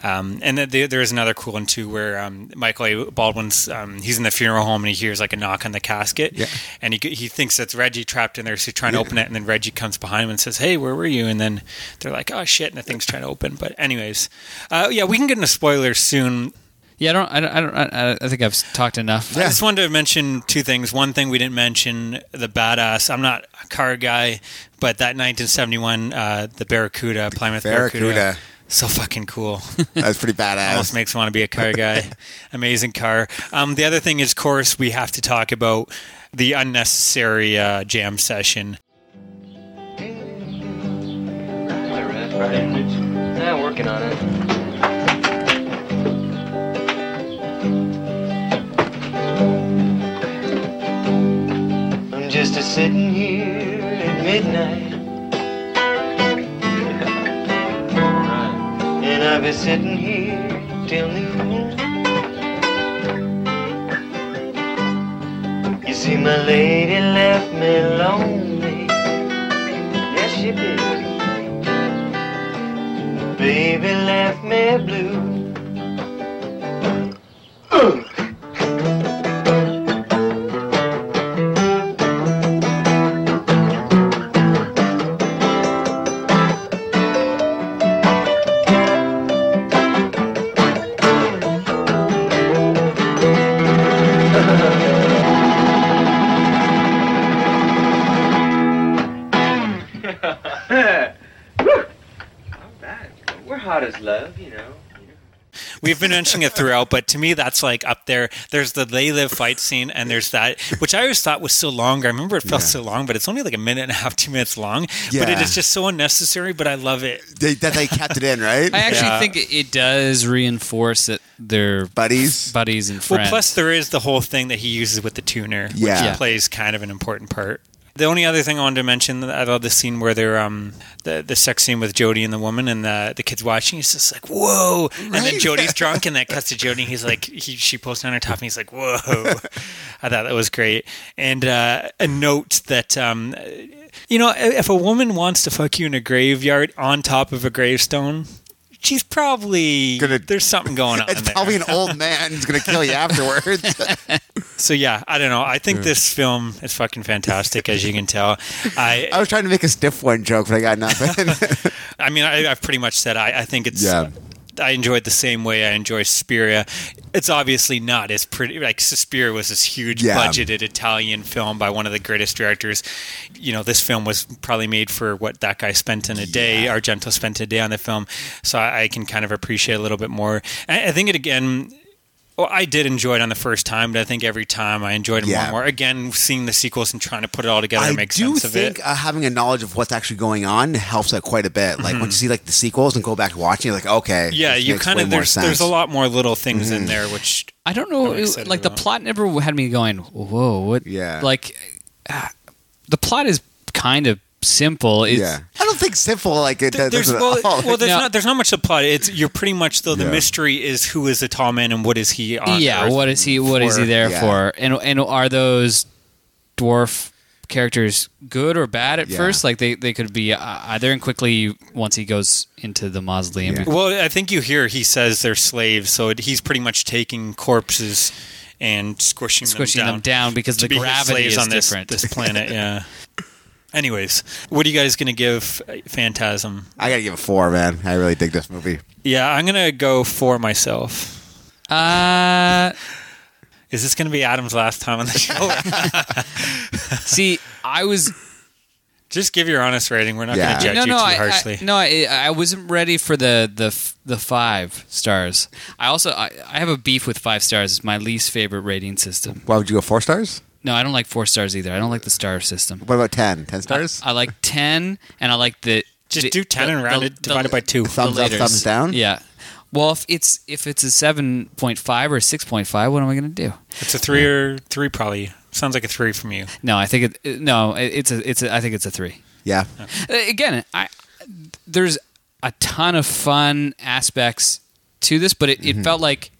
S1: Um, and then there there is another cool one too, where um, Michael A. Baldwin's um, he's in the funeral home and he hears like a knock on the casket,
S2: Yeah.
S1: and he g- he thinks that's Reggie trapped in there, so he's trying to open it, and then Reggie comes behind him and says, "Hey, where were you?" And then they're like, "Oh shit!" and the thing's trying to open. But anyways, uh, yeah, we can get into spoilers soon.
S3: yeah. I don't. I don't. I, don't, I, I think I've talked enough.
S1: I just wanted to mention two things. One thing we didn't mention the badass. I'm not a car guy, but that 1971, uh, the Barracuda, Plymouth Barracuda.
S2: Barracuda.
S1: So fucking cool.
S2: that's pretty badass.
S1: Almost makes me want to be a car guy. Amazing car. Um, the other thing is, of course, we have to talk about the unnecessary uh, jam session.
S6: Play Red Friday. Yeah, working on it. I'm just a sitting here at midnight. And I've been sitting here till noon. You see, my lady left me lonely. Yes, she did baby left me blue. about his love, you know.
S1: We've been mentioning it throughout, but to me, that's like up there. There's the they live fight scene, and there's that, which I always thought was so long. I remember it felt
S2: Yeah.
S1: so long, but it's only like a minute and a half, two minutes long. But it
S2: Yeah.
S1: is just so unnecessary. But I love it.
S2: They, that they kept it in, right?
S3: I actually
S1: Yeah.
S3: think it- it does reinforce that they're
S2: Buddies.
S3: buddies and friends.
S1: Well, plus there is the whole thing that he uses with the tuner,
S2: Yeah.
S1: which plays kind of an important part. The only other thing I wanted to mention, I love the scene where they're um the the sex scene with Jody and the woman, and the the kid's watching. He's just like, whoa! And then
S2: Right.
S1: Jody's drunk, and that cuts to Jody. And he's like, he, she pulls down her top, and he's like, whoa! I thought that was great. And uh, a note that um, you know, if a woman wants to fuck you in a graveyard on top of a gravestone. She's probably
S2: Gonna-
S1: there's something going on.
S2: it's
S1: there.
S2: probably an old man who's going to kill you afterwards.
S1: So yeah, I don't know. I think this film is fucking fantastic, as you can tell.
S2: I
S1: I,
S2: was trying to make a stiff one joke, but I got nothing.
S1: I mean, I, I've pretty much said I, I think it's.
S2: Yeah.
S1: I enjoyed the same way I enjoy Suspiria. It's obviously not as pretty. Like Suspiria was this huge
S2: Yeah.
S1: budgeted Italian film by one of the greatest directors. You know, this film was probably made for what that guy spent in a day. Argento spent a day on the film, so I, I can kind of appreciate a little bit more. I, I think it again. Well, I did enjoy it on the first time, but I think every time I enjoyed it more
S2: Yeah.
S1: and more. Again, seeing the sequels and trying to put it all together and
S2: I
S1: make
S2: do
S1: sense of
S2: think
S1: it.
S2: uh, having a knowledge of what's actually going on helps that quite a bit. Like once you see like the sequels and go back and watch, it, you're like, okay,
S1: Mm-hmm. yeah,
S2: this
S1: you
S2: makes
S1: kind
S2: way
S1: of
S2: more
S1: there's
S2: sense. Mm-hmm.
S1: there's a lot more little things in there which
S3: I don't know.
S1: I'm
S3: it-
S1: excited
S3: like the
S1: about.
S3: plot never had me going. Whoa, what?
S2: Yeah.
S3: Like uh, the plot is kind of simple. It's,
S2: Yeah, I don't think simple like it does.
S1: there's
S2: doesn't-
S1: well,
S2: oh,
S1: well there's
S3: Now-
S1: not there's not much to plot. It's you're pretty much though the
S2: Yeah.
S1: mystery is who is the tall man and what is he on
S3: yeah.
S1: Earth
S3: What is he? What is
S1: for?
S3: he there
S2: Yeah.
S3: for? And and are those dwarf characters good or bad at
S2: Yeah.
S3: first? Like they they could be uh, either. And quickly, once he goes into the mausoleum,
S2: Yeah.
S1: Well, I think you hear he says they're slaves, so it- he's pretty much taking corpses and squishing
S3: squishing
S1: them down.
S3: them down because
S1: to
S3: the
S1: be his
S3: gravity
S1: slaves
S3: is
S1: on this,
S3: different.
S1: this planet. Yeah. Anyways, what are you guys gonna give uh, Phantasm?
S2: I gotta give it four, man. I really dig this movie.
S1: Yeah, I'm gonna go for myself.
S3: Uh,
S1: Is this gonna be Adam's last time on the show?
S3: see, I was
S1: Just give your honest rating. We're not
S2: Yeah.
S1: gonna judge
S3: no,
S1: you
S3: no,
S1: too
S3: I,
S1: harshly.
S3: I, no, I, I wasn't ready for the the f- the five stars. I also I, I have a beef with five stars. It's my least favorite rating system.
S2: Why would you go four stars?
S3: No, I don't like four stars either. I don't like the star system.
S2: What about ten?
S1: Uh,
S2: Ten stars?
S3: I like ten, and I like the
S1: Just
S3: the-
S1: do ten
S3: the-
S1: and round it
S3: the-
S1: divided by two.
S3: the
S2: thumbs up,
S3: laters.
S2: thumbs down.
S3: Yeah. Well, if it's if it's a seven point five or six point five, what am I going to do?
S1: It's a three or three, probably. Sounds like a three from you.
S3: No, I think it. No, it- it's a. It's a. I think it's a three.
S2: yeah.
S3: Uh, again, I there's a ton of fun aspects to this, but it, it felt like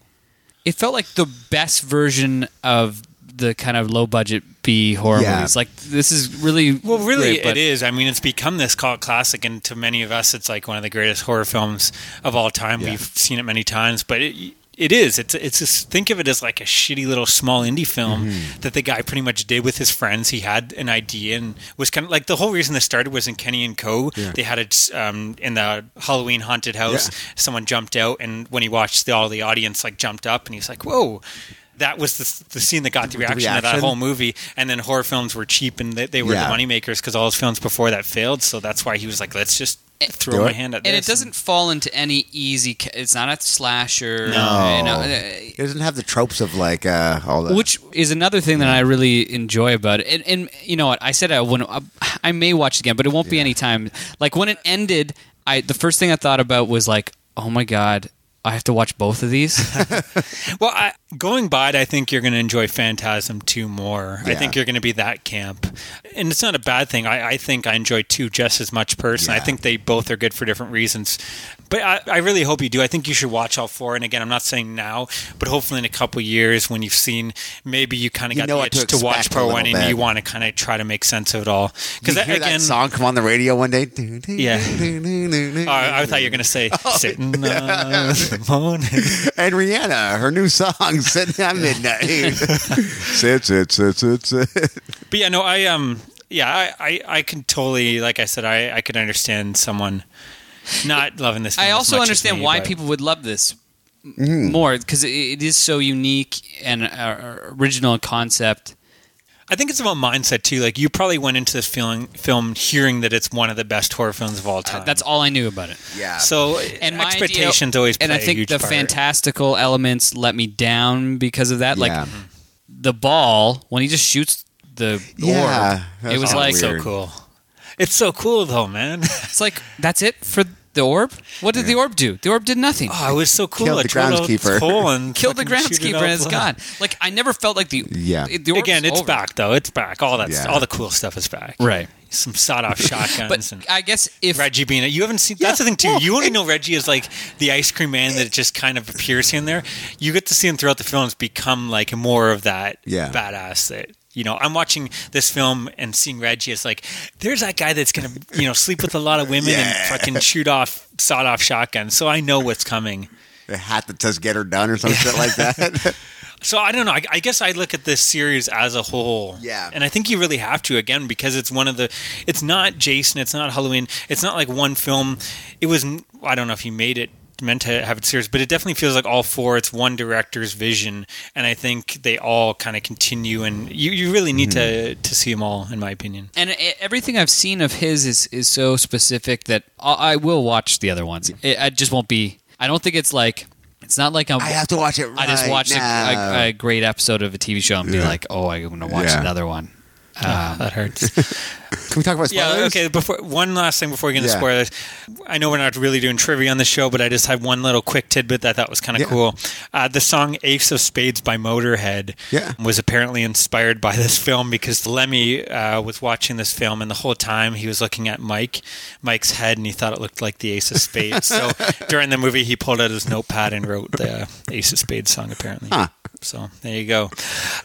S3: it felt like the best version of the kind of low budget B horror
S2: Yeah.
S3: movies. Like this is really
S1: Well, really,
S3: great,
S1: it
S3: but
S1: is. I mean, it's become this cult classic, and to many of us, it's like one of the greatest horror films of all time.
S2: Yeah.
S1: We've seen it many times, but it, it is. It's it's just think of it as like a shitty little small indie film
S2: Mm-hmm.
S1: that the guy pretty much did with his friends. He had an idea and was kind of like the whole reason this started was in Kenny and Co. They had it um, in the Halloween haunted house.
S2: Yeah.
S1: Someone jumped out, and when he watched the, all the audience like jumped up, and he's like, "Whoa." That was the, the scene that got the reaction, of that
S2: reaction?
S1: whole movie. And then horror films were cheap and they, they were
S2: Yeah.
S1: the money makers because all his films before that failed. So that's why he was like, let's just throw
S2: Do
S1: my
S2: it.
S1: hand at this.
S3: Eh, And it doesn't fall into any easy. ca- It's not a slasher.
S1: No.
S3: you know, uh,
S2: It doesn't have the tropes of like uh, all the
S3: which is another thing that I really enjoy about it. And, and you know what? I said I wouldn't. I may watch it again, but it won't be any time. Like when it ended, I the first thing I thought about was like, oh my god, I have to watch both of these.
S1: Well, I, going by it, I think you're going to enjoy Phantasm 2 more. I
S2: Yeah.
S1: think you're going to be that camp. And it's not a bad thing. I, I think I enjoy 2 just as much personally. I
S2: Yeah.
S1: think they both are good for different reasons. But I, I really hope you do. I think you should watch all four. And again, I'm not saying now, but hopefully in a couple years when you've seen, maybe you kind of
S2: You
S1: got
S2: know
S1: the
S2: what to
S1: itch to, watch
S2: expect a
S1: Pro
S2: little
S1: 1 and
S2: bit.
S1: you want to kind of try to make sense of it all.
S2: you
S1: Because
S2: hear
S1: again,
S2: that song come on the radio one day.
S1: Yeah. Oh, I I thought you were going to say,
S3: Oh,
S1: sitting on the morning.
S2: And Rihanna, her new song, "Sitting at Midnight." sit, sit, sit, sit, sit.
S1: But yeah, no, I um, yeah, I, I, I can totally, like I said, I, I could understand someone not loving this. Film
S3: I
S1: as
S3: also
S1: much as
S3: understand
S1: me,
S3: why
S1: but- Mm-hmm.
S3: people would love this m more because it, it is so unique and uh, original concept.
S1: I think it's about mindset too. Like you probably went into this feeling, film hearing that it's one of the best horror films of all time.
S3: Uh, That's all I knew about it.
S2: Yeah.
S1: so.
S3: And my idea-
S1: expectations always play
S3: and I
S1: a
S3: think
S1: huge
S3: the
S1: part.
S3: fantastical elements let me down because of that.
S2: Yeah.
S3: Like the ball when he just shoots the
S2: Yeah, that
S3: orb, it
S2: was
S3: was
S2: kinda
S3: like
S1: so
S2: weird.
S1: cool. It's so cool though, man.
S3: it's like that's it for the orb. What did the orb do? The orb did nothing.
S1: Oh, it was so cool.
S2: Killed
S1: I
S2: the
S1: tore out this
S2: groundskeeper.
S1: hole and
S3: Killed the
S1: fucking shoot it
S3: groundskeeper
S1: out
S3: and it's
S1: loud.
S3: gone. Like I never felt like the
S2: Yeah.
S3: it- the orb's
S1: Again, it's
S3: over.
S1: back though. It's back. All that,
S2: Yeah.
S1: all the cool stuff is back.
S3: Right.
S1: Some sawed-off shotguns.
S3: But
S1: and-
S3: I guess if
S1: Reggie being you haven't seen that's the thing too. you only know Reggie as like the ice cream man that just kind of appears here and there. You get to see him throughout the films become like more of that
S2: Yeah.
S1: badass that you know. I'm watching this film and seeing Reggie as like there's that guy that's gonna you know sleep with a lot of women
S2: Yeah.
S1: and fucking shoot off sawed off shotguns. So I know what's coming.
S2: a hat that says "Get her done" or some shit like that.
S1: So I don't know. I, I guess I look at this series as a whole.
S2: Yeah.
S1: And I think you really have to again because it's one of the. It's not Jason. It's not Halloween. It's not like one film. It was. I don't know if he made it meant to have it series, but it definitely feels like all four. It's one director's vision, and I think they all kind of continue. And you, you really need to to see them all, in my opinion.
S3: and e- everything I've seen of his is is so specific that I, I will watch the other ones. It, I just won't be. I don't think it's like it's not like I'm.
S2: I have to watch it.
S3: I just
S2: right
S3: watched a,
S2: now.
S3: a, a great episode of a TV show and be
S2: Yeah.
S3: like, oh, I'm gonna watch
S2: Yeah.
S3: another one.
S1: that hurts.
S2: Can we talk about spoilers?
S1: Yeah, okay. Before one last thing before we get into
S2: Yeah.
S1: spoilers, I know we're not really doing trivia on the show, but I just have one little quick tidbit that I thought was kind of
S2: Yeah.
S1: cool. Uh, the song "Ace of Spades" by Motorhead
S2: Yeah.
S1: was apparently inspired by this film because Lemmy uh, was watching this film, and the whole time he was looking at Mike, Mike's head, and he thought it looked like the Ace of Spades. so during the movie, he pulled out his notepad and wrote the Ace of Spades song. Apparently. So there you go.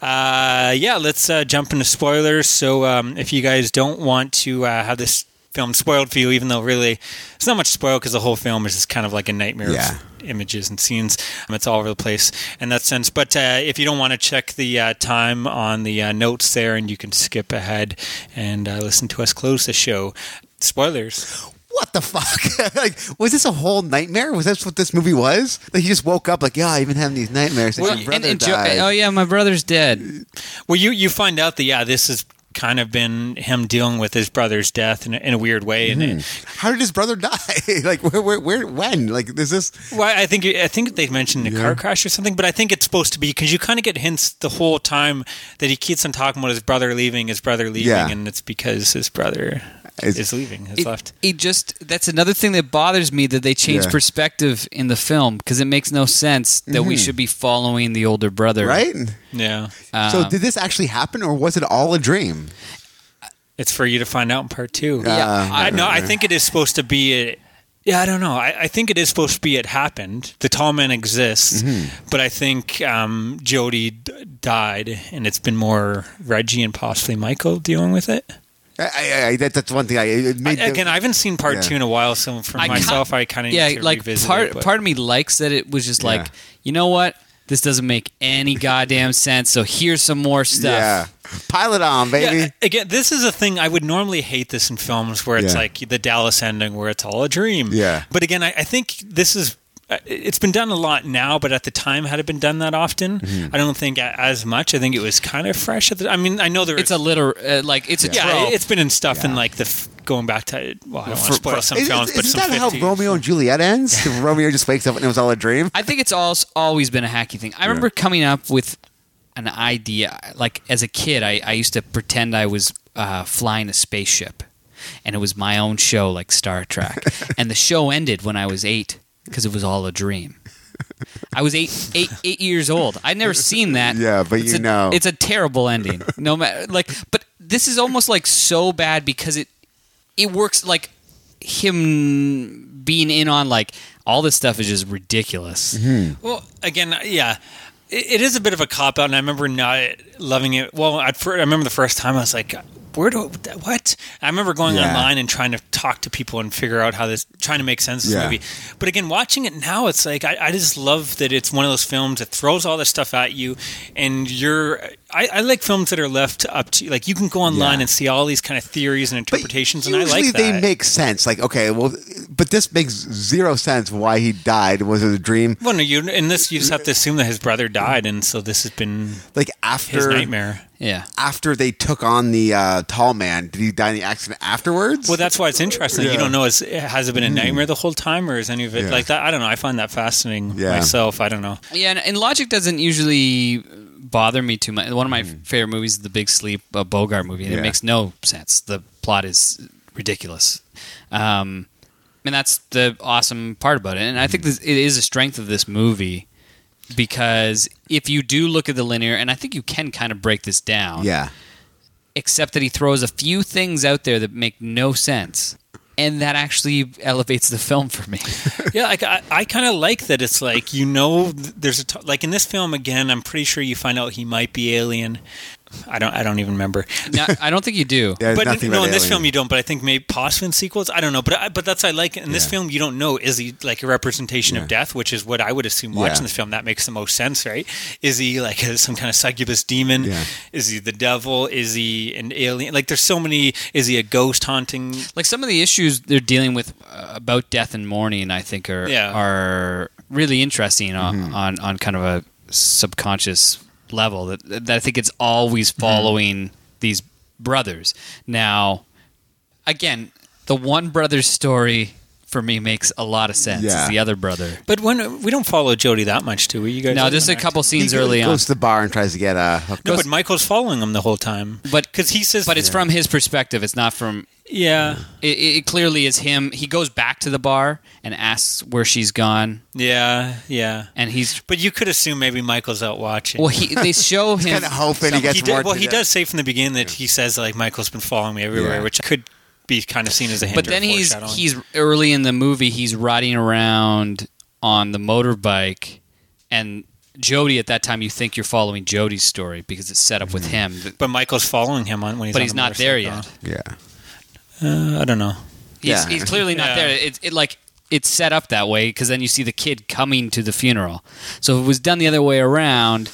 S1: Uh, yeah, let's uh, jump into spoilers. So um, if you guys don't want to uh, have this film spoiled for you, even though really it's not much spoiled because the whole film is just kind of like a nightmare
S2: Yeah.
S1: of images and scenes. Um, it's all over the place in that sense. But uh, if you don't want to check the uh, time on the uh, notes there, and you can skip ahead and uh, listen to us close the show. Spoilers.
S2: What the fuck? like, was this a whole nightmare? Was this what this movie was? Like, he just woke up like, yeah, I've been having these nightmares. Like, your brother
S3: and- and Jo-
S2: died.
S3: oh yeah, my brother's dead.
S1: Well, you you find out that yeah, this has kind of been him dealing with his brother's death in a, in a weird way, and. and
S2: How did his brother die? like, where, where, where, when? Like, is this?
S1: Well, I think I think they mentioned a car crash or something, but I think it's supposed to be because you kind of get hints the whole time that he keeps on talking about his brother leaving, his brother leaving,
S2: Yeah.
S1: and it's because his brother
S2: It's-
S1: is leaving, has
S3: It,
S1: left.
S3: it just that's another thing that bothers me that they change
S2: Yeah.
S3: perspective in the film because it makes no sense that we should be following the older brother.
S2: Mm-hmm. Right?
S1: Yeah,
S2: so, did this actually happen, or was it all a dream?
S1: it's for you to find out in part two.
S3: Yeah.
S2: Ah,
S1: I, no, I think it is supposed to be. It, yeah, I don't know. I, I think it is supposed to be. It happened. The tall man exists,
S2: Mm-hmm.
S1: but I think um, Jody d- died, and it's been more Reggie and possibly Michael dealing with it.
S2: I, I, I, that, that's one thing I it
S1: I,
S2: made. the-
S1: again, I haven't seen part
S2: Yeah.
S1: two in a while, so for
S3: I can't-
S1: myself, I kind of
S3: yeah,
S1: need to
S3: like
S1: revisit
S3: part
S1: it, but-
S3: part of me likes that it was just like, you know what, this doesn't make any goddamn sense. So here's some more stuff.
S2: yeah, pile it on, baby.
S1: Yeah, again, this is a thing I would normally hate this in films where it's
S2: Yeah.
S1: like the Dallas ending where it's all a dream.
S2: Yeah.
S1: But again, I, I think this is. uh, It's been done a lot now, but at the time, had it been done that often,
S2: Mm-hmm.
S1: I don't think a- as much. I think it was kind of fresh. At the, I mean, I know there
S3: It's a
S1: was-
S3: liter uh, like it's a
S1: yeah,
S3: trope.
S1: it's been in stuff in
S2: Yeah.
S1: like the f- going back to well, I don't want to spoil some
S2: Is- is-
S1: films,
S2: Isn't
S1: but some
S2: that how
S1: 50s.
S2: Romeo and Juliet ends? Romeo just wakes up and it was all a dream.
S3: I think it's all, always been a hacky thing. I remember coming up with an idea. Like as a kid, I, I used to pretend I was uh, flying a spaceship, and it was my own show, like Star Trek. and the show ended when I was eight because it was all a dream. I was eight, eight, eight years old. I'd never seen that.
S2: Yeah, but
S3: It's
S2: you
S3: a-
S2: know.
S3: it's a terrible ending. No matter like, but this is almost like so bad because it it works like him being in on like all this stuff is just
S2: Mm-hmm.
S3: ridiculous.
S1: Well, again, uh, yeah, it, it is a bit of a cop out, and I remember not loving it. Well, at fir- I remember the first time I was like, "Where do what?" I remember going
S2: Yeah.
S1: online and trying to talk to people and figure out how this, trying to make sense of
S2: Yeah.
S1: this movie. But again, watching it now, it's like I, I just love that it's one of those films that throws all this stuff at you, and you're I, I like films that are left up to like you can go online
S2: Yeah.
S1: and see all these kind of theories and
S2: But
S1: interpretations, and I
S2: usually
S1: like that.
S2: they make sense. Like, okay, well, but this makes zero sense. Why he died was it a dream?
S1: well, no, you in this you just have to assume that his brother died, and so this has been
S2: Like
S1: his
S2: after
S1: nightmare.
S3: Yeah.
S2: after they took on the uh, tall man, did he die in the accident afterwards?
S1: Well, that's why it's interesting.
S2: Yeah. Hmm.
S1: You don't know is has it been a nightmare the whole time, or is any of it
S2: Yeah.
S1: like that? I don't know. I find that fascinating
S2: Yeah.
S1: myself. I don't know.
S3: Yeah, and, and logic doesn't usually bother me too much. One of my favorite movies is The Big Sleep, a Bogart movie. and
S2: Hmm. Yeah.
S3: It makes no sense. The plot is ridiculous. Um, and that's the awesome part about it. And I
S2: Hmm.
S3: think this, it is a strength of this movie because if you do look at the linear, and I think you can kind of break this down
S2: yeah,
S3: except that he throws a few things out there that make no sense. And that actually elevates the film for me.
S1: yeah, like I, I kind of like that. It's like you know, th- there's a t- like in this film again. I'm pretty sure you find out he might be alien. I don't. I don't even remember.
S3: now, I don't think you do.
S2: yeah.
S1: but
S2: nothing
S1: no,
S2: about
S1: in this
S2: alien.
S1: film you don't. But I think maybe possibly in sequels. I don't know. But I, but that's I like in this
S2: Yeah.
S1: film. You don't know is he like a representation of death, which is what I would assume watching
S2: Yeah.
S1: this film. That makes the most sense, right? Is he like a, some kind of succubus demon?
S2: Yeah.
S1: Is he the devil? Is he an alien? Like there's so many. Is he a ghost haunting?
S3: Like some of the issues they're dealing with uh, about death and mourning, I think are
S1: Yeah.
S3: are really interesting on,
S2: Mm-hmm.
S3: on on kind of a subconscious level. That, that I think it's always
S2: Mm-hmm.
S3: following these brothers. Now, again, the one brother's story for me makes a lot of sense.
S2: Yeah.
S3: It's the other brother.
S1: But when we don't follow Jody that much, do we? You guys?
S3: Now,
S1: don't
S3: just
S1: know
S3: a
S1: that.
S3: couple
S2: He
S3: scenes
S2: goes-
S3: early on.
S2: goes to the bar and tries to get a.
S1: No, but Michael's following him the whole time.
S3: but
S1: because he says,
S3: but it's from his perspective it's not from
S1: yeah,
S3: it, it it clearly is him he goes back to the bar and asks where she's gone
S1: yeah, yeah.
S3: and he's
S1: But you could assume maybe Michael's out watching.
S3: well he they show him
S2: kind of hoping he
S3: some-
S2: gets
S1: he
S2: more.
S1: did, well,
S2: to
S1: he
S2: that.
S1: does say from the beginning that he says like Michael's been following me everywhere,
S2: Yeah.
S1: which could be kind of seen as a hint.
S3: but
S1: or
S3: then he's
S1: foreshadowing.
S3: he's early in the movie he's riding around on the motorbike and Jody at that time you think you're following Jody's story because it's set up with him but,
S1: but Michael's following him on when he's. Mm-hmm. on
S3: but he's
S1: the
S3: not there yet
S1: motorcycle.
S2: Yeah,
S1: Uh, I don't know.
S3: He's,
S2: Yeah.
S3: he's clearly not
S1: Yeah.
S3: there. It, it like it's set up that way because then you see the kid coming to the funeral. So if it was done the other way around,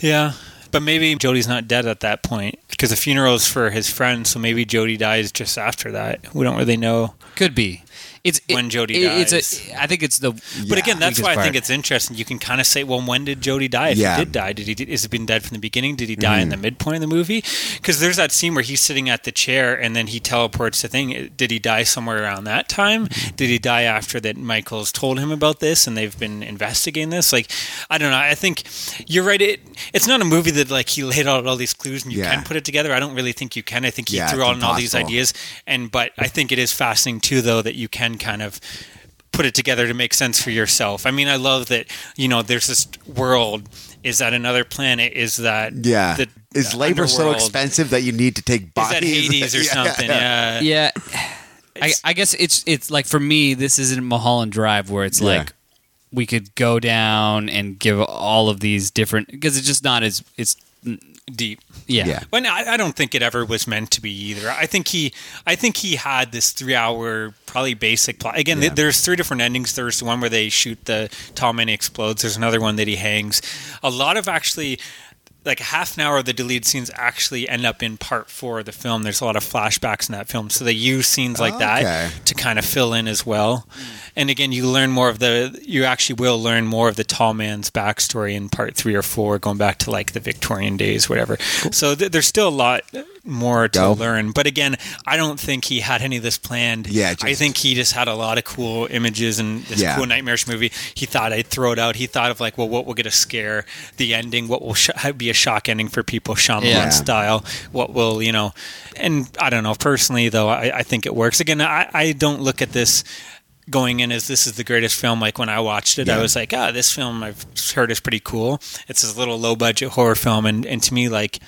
S1: Yeah, but maybe Jody's not dead at that point because the funeral is for his friend, so maybe Jody dies just after that. We don't really know.
S3: could be. It's it-
S1: When Jody
S3: it-
S1: dies.
S3: It's a, I think it's the.
S1: But again, that's
S3: Weakest
S1: why I think
S3: part.
S1: it's interesting. You can kind of say, well, when did Jody die? If
S2: Yeah. Mm-hmm.
S1: he did die, did he? Is it been dead from the beginning? Did he die in the midpoint of the movie? Because there's that scene where he's sitting at the chair and then he teleports the thing. Did he die somewhere around that time?
S2: Mm-hmm.
S1: Did he die after that? Michael's told him about this and they've been investigating this. Like, I don't know. I think you're right. It it's not a movie that like he laid out all these clues and you
S2: Yeah.
S1: can put it together. I don't really think you can. I think he
S2: Yeah,
S1: threw
S2: it's
S1: out in all these
S2: impossible.
S1: ideas and but I think it is fascinating too, though, that you can kind of put it together to make sense for yourself. I mean, I love that you know there's this world. Is that another planet? Is that
S2: yeah.
S1: The,
S2: is
S1: the
S2: labor so
S1: underworld?
S2: expensive that you need to take
S1: Is
S2: bodies?
S1: that Hades or
S2: Yeah,
S1: something?
S2: yeah.
S1: Yeah.
S3: yeah. I, I guess it's it's like for me, this isn't Mulholland Drive where it's
S2: Yeah.
S3: like we could go down and give all of these different because it's just not as it's
S1: deep.
S3: yeah.
S2: Yeah.
S1: But no, I, I don't think it ever was meant to be either. I think he, I think he had this three-hour probably basic plot. Again, th- there's three different endings. There's the one where they shoot the tall man he explodes. There's another one that he hangs. A lot of actually. Like half an hour of the deleted scenes actually end up in part four of the film. There's a lot of flashbacks in that film, so they use scenes like
S2: Okay.
S1: that to kind of fill in as well.
S2: Hmm.
S1: And again, you learn more of the, you actually will learn more of the tall man's backstory in part three or four, going back to like the Victorian days, whatever. So th- there's still a lot more to
S2: Go.
S1: learn. But again, I don't think he had any of this planned.
S2: Yeah, just-
S1: I think he just had a lot of cool images and this
S2: Yeah.
S1: cool nightmarish movie. He thought I'd throw it out. He thought of like, well, what will get a scare? The ending, what will sh- be a shock ending for people, Shyamalan
S3: Yeah.
S1: style? What will you know? And I don't know. Personally, though, I, I think it works. Again, I, I don't look at this going in as this is the greatest film. Like when I watched it, I was like, ah, this film I've heard is pretty cool. It's this little low budget horror film, and and to me, like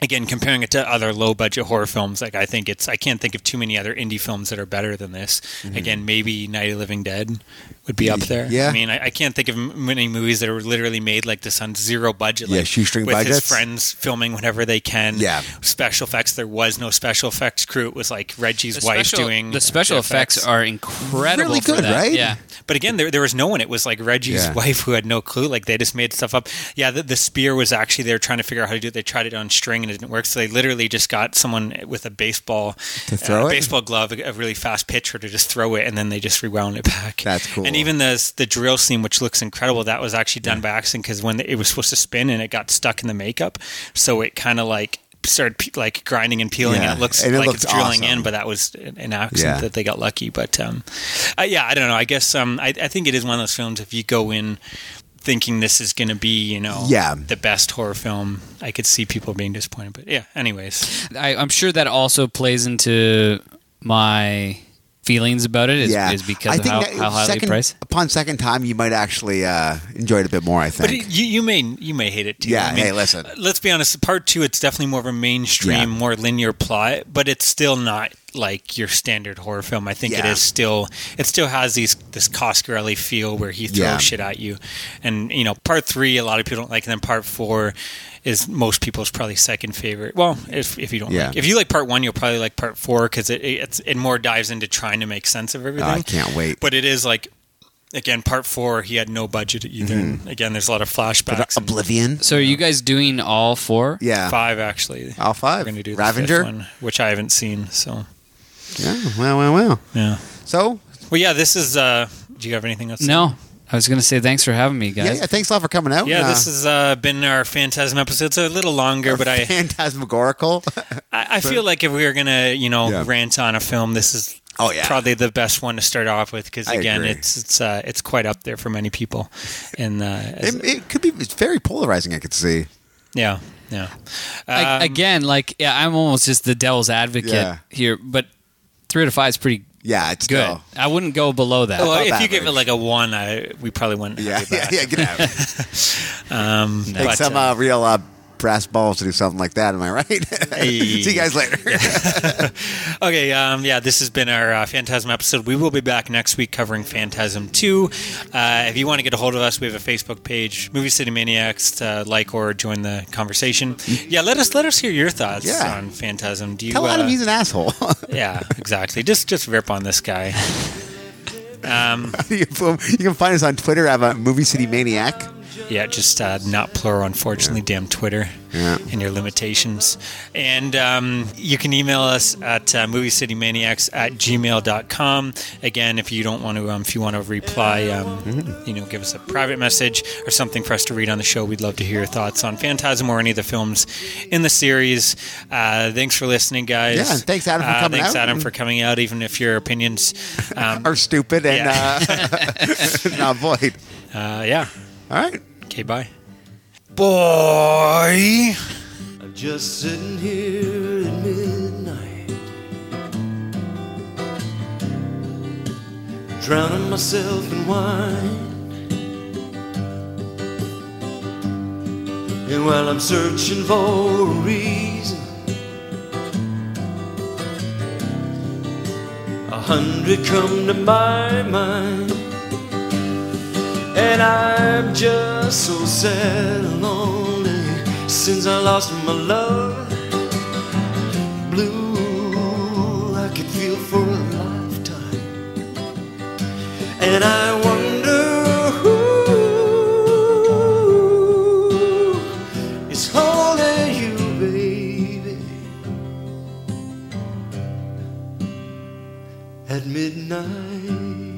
S1: again comparing it to other low budget horror films like i think it's i can't think of too many other indie films that are better than this again maybe night of the living dead would be up there
S2: Mm-hmm. Yeah.
S1: i mean i, I can't think of m- many movies that are literally made like this on zero budget
S2: Yeah,
S1: like
S2: shoestring
S1: with his
S2: budgets.
S1: friends filming whenever they can
S2: Yeah.
S1: special effects there was no special effects crew it was like reggie's
S3: The
S1: wife
S3: special,
S1: doing
S3: the special effects. are incredible.
S2: Really
S3: for
S2: good,
S3: that.
S2: right?
S3: Yeah.
S1: but again, there, there was no one. It was like Reggie's
S2: Yeah.
S1: wife who had no clue. Like they just made stuff up. Yeah, the, the spear was actually they were trying to figure out how to do it. They tried it on string and it didn't work. So they literally just got someone with a baseball uh,
S2: To throw it?
S1: baseball glove, a really fast pitcher to just throw it, and then they just rewound it back.
S2: That's cool.
S1: And even the the drill scene, which looks incredible, that was actually done by accident because when it was supposed to spin and it got stuck in the makeup, so it kind of like started pe- like grinding and peeling
S2: Yeah,
S1: and it looks
S2: and it
S1: like
S2: looks
S1: it's drilling
S2: awesome.
S1: in but that was an accident
S2: Yeah.
S1: that they got lucky but um uh, yeah i don't know i guess um I, I think it is one of those films if you go in thinking this is going to be you know
S2: Yeah.
S1: the best horror film i could see people being disappointed but yeah anyways
S3: I, I'm sure that also plays into my feelings about it. Is,
S2: yeah,
S3: is because of how, how highly
S2: second,
S3: priced.
S2: upon second time, you might actually uh, enjoy it a bit more. I
S1: but
S2: think.
S1: you, you may you may hate it too
S2: yeah.
S1: I mean, uh,
S2: hey, listen.
S1: let's be honest part two it's definitely more of a mainstream
S2: Yeah.
S1: more linear plot but it's still not like your standard horror film i think it
S2: Yeah.
S1: is still it still has these this coscarelli feel where he throws
S2: Yeah.
S1: shit at you and you know part three a lot of people don't like and then part four is most people's probably second favorite well if, if you don't
S2: Yeah.
S1: like if you like part one you'll probably like part four because it, it- it's it more dives into trying to make sense of everything
S2: Oh, I can't wait.
S1: but it is like again part four he had no budget either
S2: Mm-hmm.
S1: And again there's a lot of flashbacks and-
S2: uh, Oblivion.
S3: So are you guys doing all four?
S2: Yeah.
S1: five actually.
S2: All five?
S1: We're gonna do the fifth
S2: Ravenger?
S1: one, which I haven't seen. So
S2: Yeah. Wow. Wow. Wow.
S1: yeah.
S2: So
S1: Well, yeah. This is. uh Do you have anything else?
S3: No, I was gonna say thanks for having me,
S2: yeah,
S3: guys.
S2: yeah. Thanks a lot for coming out.
S1: Yeah,
S2: Uh,
S1: this has uh, been our Phantasm episode. It's a little longer, but I,
S2: phantasmagorical.
S1: I I feel like if we were gonna, you know,
S2: Yeah.
S1: rant on a film, this is
S2: Oh, yeah.
S1: probably the best one to start off with because
S2: I
S1: again,
S2: agree.
S1: it's it's uh, it's quite up there for many people, and uh, as-
S2: it, it could be it's very polarizing. I could see.
S1: yeah, yeah.
S3: I,
S1: Um,
S3: again, like yeah, I'm almost just the devil's advocate
S2: Yeah.
S3: here, but three out of five is pretty
S2: Yeah. It's
S3: good.
S2: still-
S3: I wouldn't go below that.
S1: Well,
S2: above
S1: if you give it
S2: average.
S1: like a one, I, we probably wouldn't.
S2: Yeah.
S1: have you
S2: Yeah.
S1: back.
S2: Yeah. Get out.
S1: Um,
S2: Take
S1: but,
S2: some
S1: uh,
S2: uh, real uh, brass balls to do something like that. Am I right? see you guys later.
S1: Okay, um, yeah, this has been our uh, Phantasm episode. We will be back next week covering Phantasm 2. Uh, if you want to get a hold of us, we have a Facebook page, Movie City Maniacs, to like or join the conversation. Yeah, let us let us hear your thoughts
S2: Mm-hmm. Yeah.
S1: on Phantasm. Do you
S2: Tell Adam
S1: uh,
S2: he's an asshole.
S1: Yeah, exactly. just just rip on this guy. Um,
S2: you can find us on Twitter at uh, Movie City Maniac.
S1: yeah, just uh, not plural, unfortunately. Damn Twitter
S2: Yeah.
S1: and your limitations. And um, you can email us at uh, moviecitymaniacs at gmail.com. Again, if you don't want to, um, if you want to reply, um,
S2: Mm-hmm.
S1: you know, give us a private message or something for us to read on the show. We'd love to hear your thoughts on Phantasm or any of the films in the series. Uh, thanks for listening, guys.
S2: Yeah, and thanks, Adam, for
S1: Uh,
S2: coming
S1: Thanks,
S2: out. Mm-hmm.
S1: Adam, for coming out, even if your opinions um,
S2: Are stupid and
S1: Yeah.
S2: uh, not void.
S1: uh, yeah.
S2: All right.
S1: Okay, bye. Boy.
S7: I'm just sitting here at midnight, drowning myself in wine. And while I'm searching for a reason, a hundred come to my mind. And I'm just so sad and lonely since I lost my love. Blue, I could feel for a lifetime. And I wonder who is holding you, baby, at midnight.